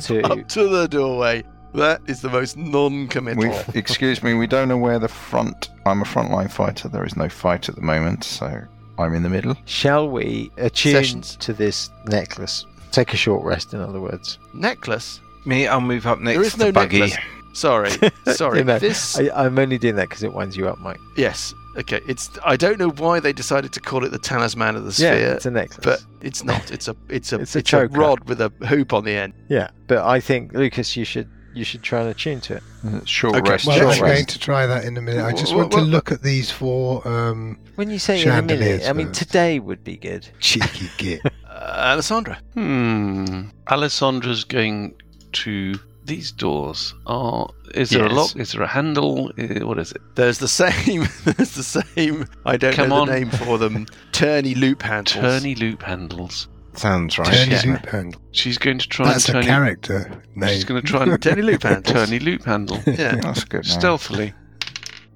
A: Step
B: to?
A: up to the doorway. That is the most non-committal.
E: We, excuse me, we don't know where the front. I'm a frontline fighter. There is no fight at the moment, so I'm in the middle.
B: Shall we attune
A: Sessions.
B: to this necklace? Take a short rest, in other words.
A: necklace.
F: Me, I'll move up next
A: There is
F: to
A: no
F: Buggy.
A: necklace. Sorry, sorry.
B: You know,
A: This
B: I, I'm only doing that because it winds you up, Mike.
A: Yes. Okay. It's. I don't know why they decided to call it the talisman of the
B: yeah,
A: sphere,
B: it's a necklace.
A: but it's not. It's a. It's a.
B: It's a choker.
A: rod with a hoop on the end.
B: yeah, but I think Lucas, you should you should try and attune to it.
E: Uh, Short
A: Okay.
E: rest.
I: Well,
E: short
I: I'm going
E: rest.
I: to try that in a minute. I just
A: Well,
I: want to
A: well-
I: look at these four um,
B: When you say in a minute,
I: Chandeliers
B: I mean
I: first.
B: today would be good.
I: cheeky git.
A: Uh, Alessandra.
C: Hmm. Alessandra's going to these doors. Are is there a
A: Yes.
C: lock? Is there a handle? I- What is it?
A: There's the same. There's the same. I don't
C: Come
A: know
C: on.
A: the name for them. Turny loop handles.
C: Turny loop handles.
F: Sounds right.
I: Turny
F: yeah.
I: Loop Handle.
C: She's going to try
I: That's a
C: and turn.
I: character
C: She's
I: name.
C: going to try and
A: Turny loop handles.
C: turny loop handle
A: Yeah.
E: That's good. Now.
C: stealthily,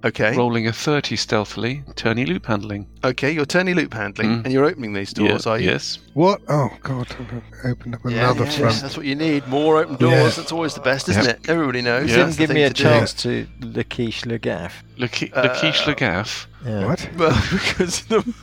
A: Okay.
C: rolling a thirty stealthily. Turny loop handling.
A: Okay. You're turny loop handling,
C: Mm.
A: and you're opening these doors,
C: Yeah,
A: are you?
C: Yes.
I: What? Oh, God. I opened up
A: Yeah,
I: another
A: yeah,
I: front.
A: That's what you need. More open doors.
I: Yeah.
A: That's always the best, isn't it? Everybody knows.
C: Yeah.
B: You
A: That's
B: didn't
A: the
B: give me
A: thing to
B: a
A: do.
B: chance to Lakish Lagaff.
C: Laki-
A: Uh,
C: Lakish Lagaff.
B: Yeah.
I: What?
A: Well, because at the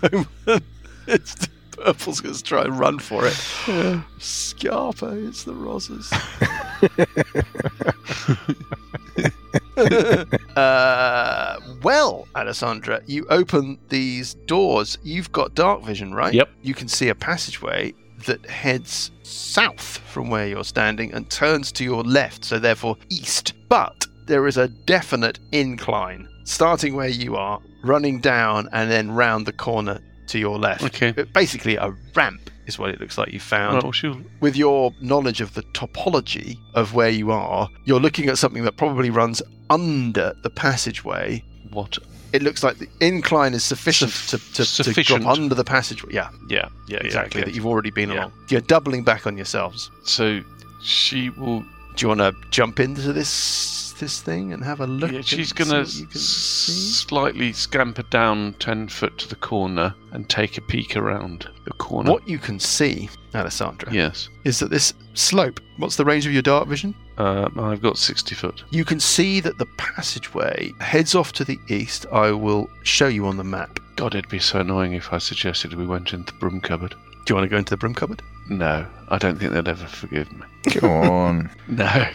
A: moment, it's the purple's going to try and run for it. Scarpa, it's the Rosses. uh, well, Alessandra, you open these doors. You've got dark vision, right?
C: Yep.
A: You can see a passageway that heads south from where you're standing and turns to your left, so therefore east. But there is a definite incline, starting where you are, running down, and then round the corner to your left.
C: Okay.
A: But basically, a ramp is what it looks like you found.
C: Well, she'll
A: With your knowledge of the topology of where you are, you're looking at something that probably runs under the passageway.
C: what?
A: It looks like the incline is sufficient
C: Suff-
A: to, to, to
C: sufficient.
A: drop under the passageway. Yeah,
C: Yeah. Yeah.
A: exactly.
C: okay.
A: That you've already been
C: Yeah.
A: along. You're doubling back on yourselves.
C: So she will.
A: Do you want to jump into this this thing and have a look?
C: yeah,
A: and
C: she's
A: see
C: going to
A: what you can see?
C: slightly scamper down ten foot to the corner and take a peek around the corner.
A: What you can see, Alessandra,
C: Yes.
A: is that this slope. What's the range of your dark vision?
C: Um, I've got sixty foot.
A: You can see that the passageway heads off to the east. I will show you on the map.
C: God, it'd be so annoying if I suggested we went into the broom cupboard.
A: Do you want to go into the broom cupboard?
C: No, I don't think they'd ever forgive me.
E: Go on.
C: No.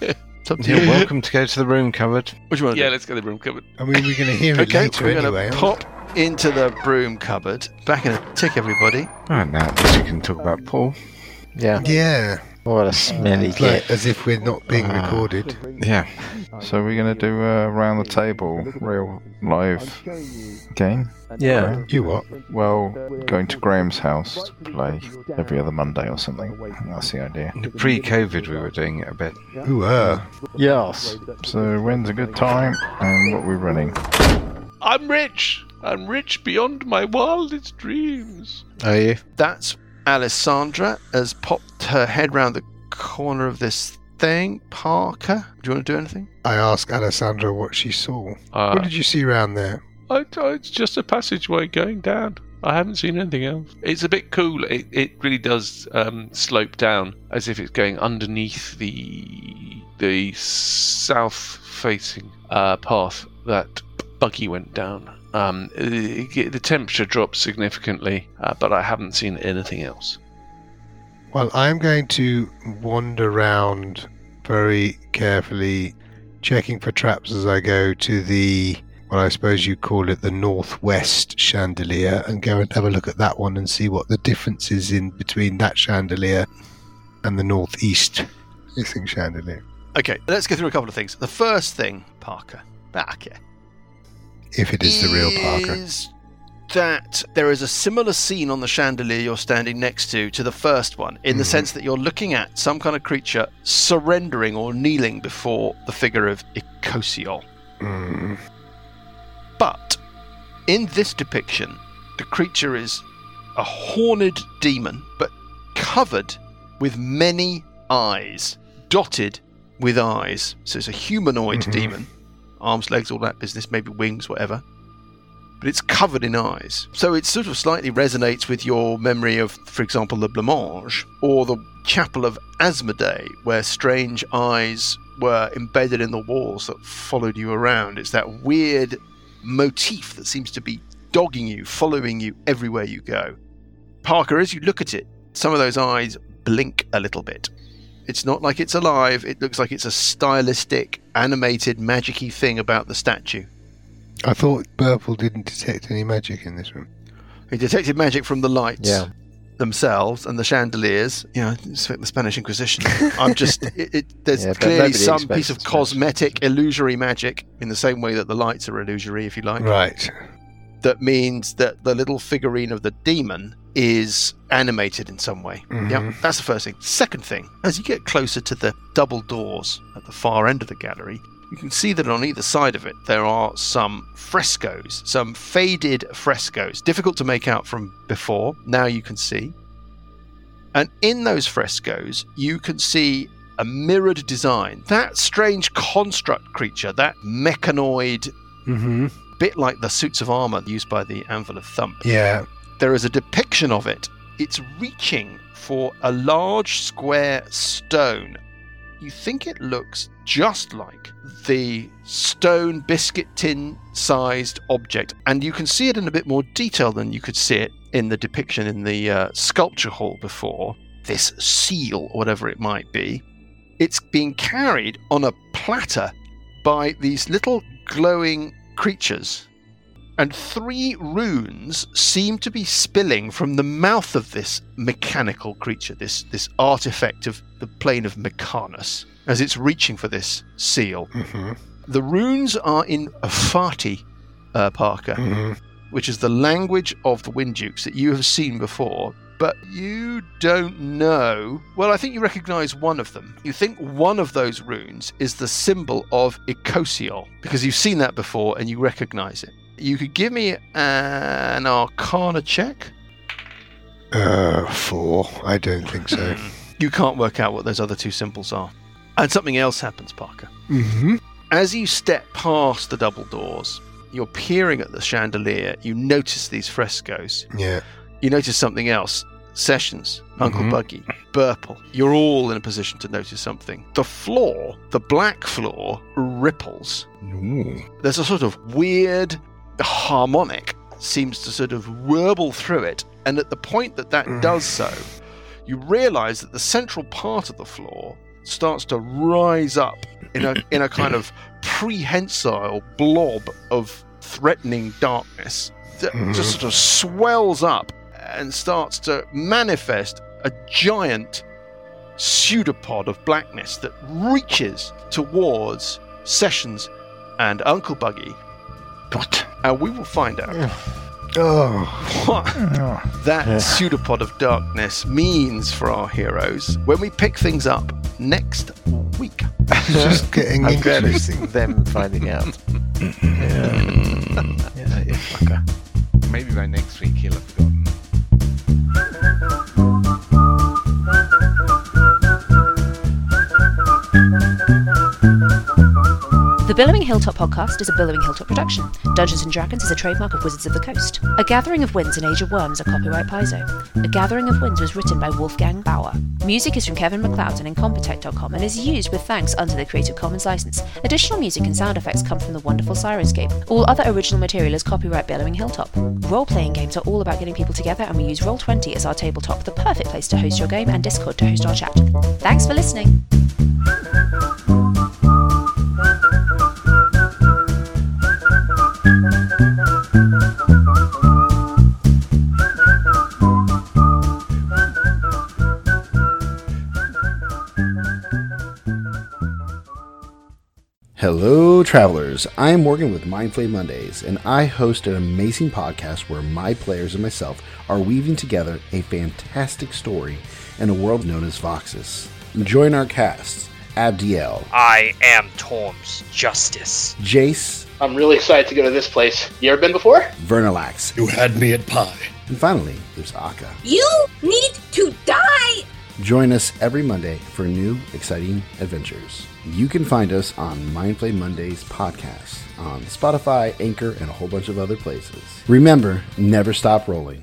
A: It's up to
F: You're
A: you.
F: welcome to go to the room cupboard.
A: What do you want to
C: Yeah,
A: do?
C: let's go to the broom cupboard.
I: I mean, we're going to hear it
A: okay,
I: later
A: we're gonna
I: anyway. aren't we?
A: pop into the broom cupboard. Back in a tick, everybody.
F: Oh, now at least we can talk about Paul.
B: Yeah.
I: Yeah.
B: What a smelly
I: It's like
B: git.
I: as if we're not being
F: Ah.
I: recorded.
F: Yeah.
E: So we're going to do a round the table, real live game.
B: Yeah.
I: You what?
E: Well, going to Graham's house to play every other Monday or something. That's the idea.
F: Pre-COVID, we were doing it a bit.
I: Who were?
B: Yes.
E: So when's a good time and what we're running?
C: I'm rich. I'm rich beyond my wildest dreams.
B: Are you?
A: That's Alessandra has popped her head round the corner of this thing. Parker, do you want to do anything?
I: I asked Alessandra what she saw.
C: Uh,
I: What did you see round there?
C: I, I- it's just a passageway going down. I haven't seen anything else. It's a bit cool. It, it really does um, slope down as if it's going underneath the the south facing uh, path that Buggy went down Um, the the temperature drops significantly, uh, but I haven't seen anything else.
I: Well, I'm going to wander around very carefully, checking for traps as I go to the, well, I suppose you call it the northwest chandelier, and go and have a look at that one and see what the difference is in between that chandelier and the northeast hissing chandelier,
A: Okay, let's go through a couple of things. The first thing, Parker, Ah, Parker,
I: if it is the real Parker.
A: is that there is a similar scene on the chandelier you're standing next to to the first one, in
I: Mm-hmm.
A: the sense that you're looking at some kind of creature surrendering or kneeling before the figure of Icosiol.
I: Mm.
A: But in this depiction, the creature is a horned demon, but covered with many eyes, dotted with eyes. So it's a humanoid
I: Mhm.
A: demon. Arms, legs, all that business, maybe wings, whatever. But it's covered in eyes. So it sort of slightly resonates with your memory of, for example, the Blancmange or the Chapel of Asmodee, where strange eyes were embedded in the walls that followed you around. It's that weird motif that seems to be dogging you, following you everywhere you go. Parker, as you look at it, some of those eyes blink a little bit. It's not like it's alive, it looks like it's a stylistic, animated, magic y thing about the statue.
I: I thought Burple didn't detect any magic in this room.
A: He detected magic from the lights
B: Yeah.
A: themselves and the chandeliers. You know, I expect the Spanish Inquisition. I'm just, it, it, there's
B: Yeah, but
A: clearly
B: nobody
A: some
B: expects
A: piece of
B: the Spanish
A: cosmetic, illusory magic, in the same way that the lights are illusory, if you like.
I: Right.
A: that means that the little figurine of the demon is animated in some way.
I: Mhm.
A: Yeah, that's the first thing. Second thing, as you get closer to the double doors at the far end of the gallery, you can see that on either side of it there are some frescoes, some faded frescoes, difficult to make out from before. Now you can see. And in those frescoes, you can see a mirrored design. That strange construct creature, that mechanoid
I: Mm-hmm.
A: bit like the suits of armor used by the Anvil of Thump.
I: Yeah.
A: There is a depiction of it. It's reaching for a large square stone. You think it looks just like the stone biscuit tin sized object, and you can see it in a bit more detail than you could see it in the depiction in the uh, sculpture hall before. This seal, or whatever it might be, it's being carried on a platter by these little glowing creatures and three runes seem to be spilling from the mouth of this mechanical creature, this this artifact of the plane of Mecanus, as it's reaching for this seal.
I: Mm-hmm.
A: The runes are in Afati, uh, Parker,
I: Mm-hmm.
A: which is the language of the Wind Dukes that you have seen before, but you don't know. Well, I think you recognize one of them. You think one of those runes is the symbol of Icosiol, because you've seen that before and you recognize it. You could give me an Arcana check.
I: Uh, four. I don't think so.
A: You can't work out what those other two symbols are. And something else happens, Parker.
I: mm-hmm.
A: As you step past the double doors, you're peering at the chandelier, you notice these frescoes.
I: Yeah.
A: you notice something else. Sessions, Uncle
I: Mhm.
A: Buggy, Burple, you're all in a position to notice something. The floor, the black floor, ripples. There's a sort of weird harmonic seems to sort of whirble through it, and at the point that that does so, you realize that the central part of the floor starts to rise up in a in a kind of prehensile blob of threatening darkness that just sort of swells up and starts to manifest a giant pseudopod of blackness that reaches towards Sessions and Uncle Buggy.
F: What?
A: And we will find out
I: Oh.
A: what that pseudopod of darkness means for our heroes when we pick things up next week.
I: Just getting
B: I'm glad
I: interesting.
B: it's them finding out. yeah. yeah, you fucker.
F: Maybe by next week he'll have forgotten.
J: The The Billowing Hilltop podcast is a Billowing Hilltop production. Dungeons and Dragons is a trademark of Wizards of the Coast. A Gathering of Winds and Age of Worms are copyright Paizo. A Gathering of Winds was written by Wolfgang Bauer. Music is from Kevin MacLeod and Incompetech.com and is used with thanks under the Creative Commons license. Additional music and sound effects come from the wonderful Sirenscape. All other original material is copyright Billowing Hilltop. Role playing games are all about getting people together, and we use Roll20 as our tabletop, the perfect place to host your game, and Discord to host our chat. Thanks for listening.
E: Hello, travelers. I am Morgan with Mindflay Mondays, and I host an amazing podcast where my players and myself are weaving together a fantastic story in a world known as Voxus. Join our casts Abdiel,
K: I am Tom's Justice.
E: Jace,
L: I'm really excited to go to this place. You ever been before?
E: Vernalax.
M: You had me at pie.
E: And finally, there's Akka.
N: You need to die!
E: Join us every Monday for new, exciting adventures. You can find us on Mindplay Mondays podcast on Spotify, Anchor, and a whole bunch of other places. Remember, never stop rolling.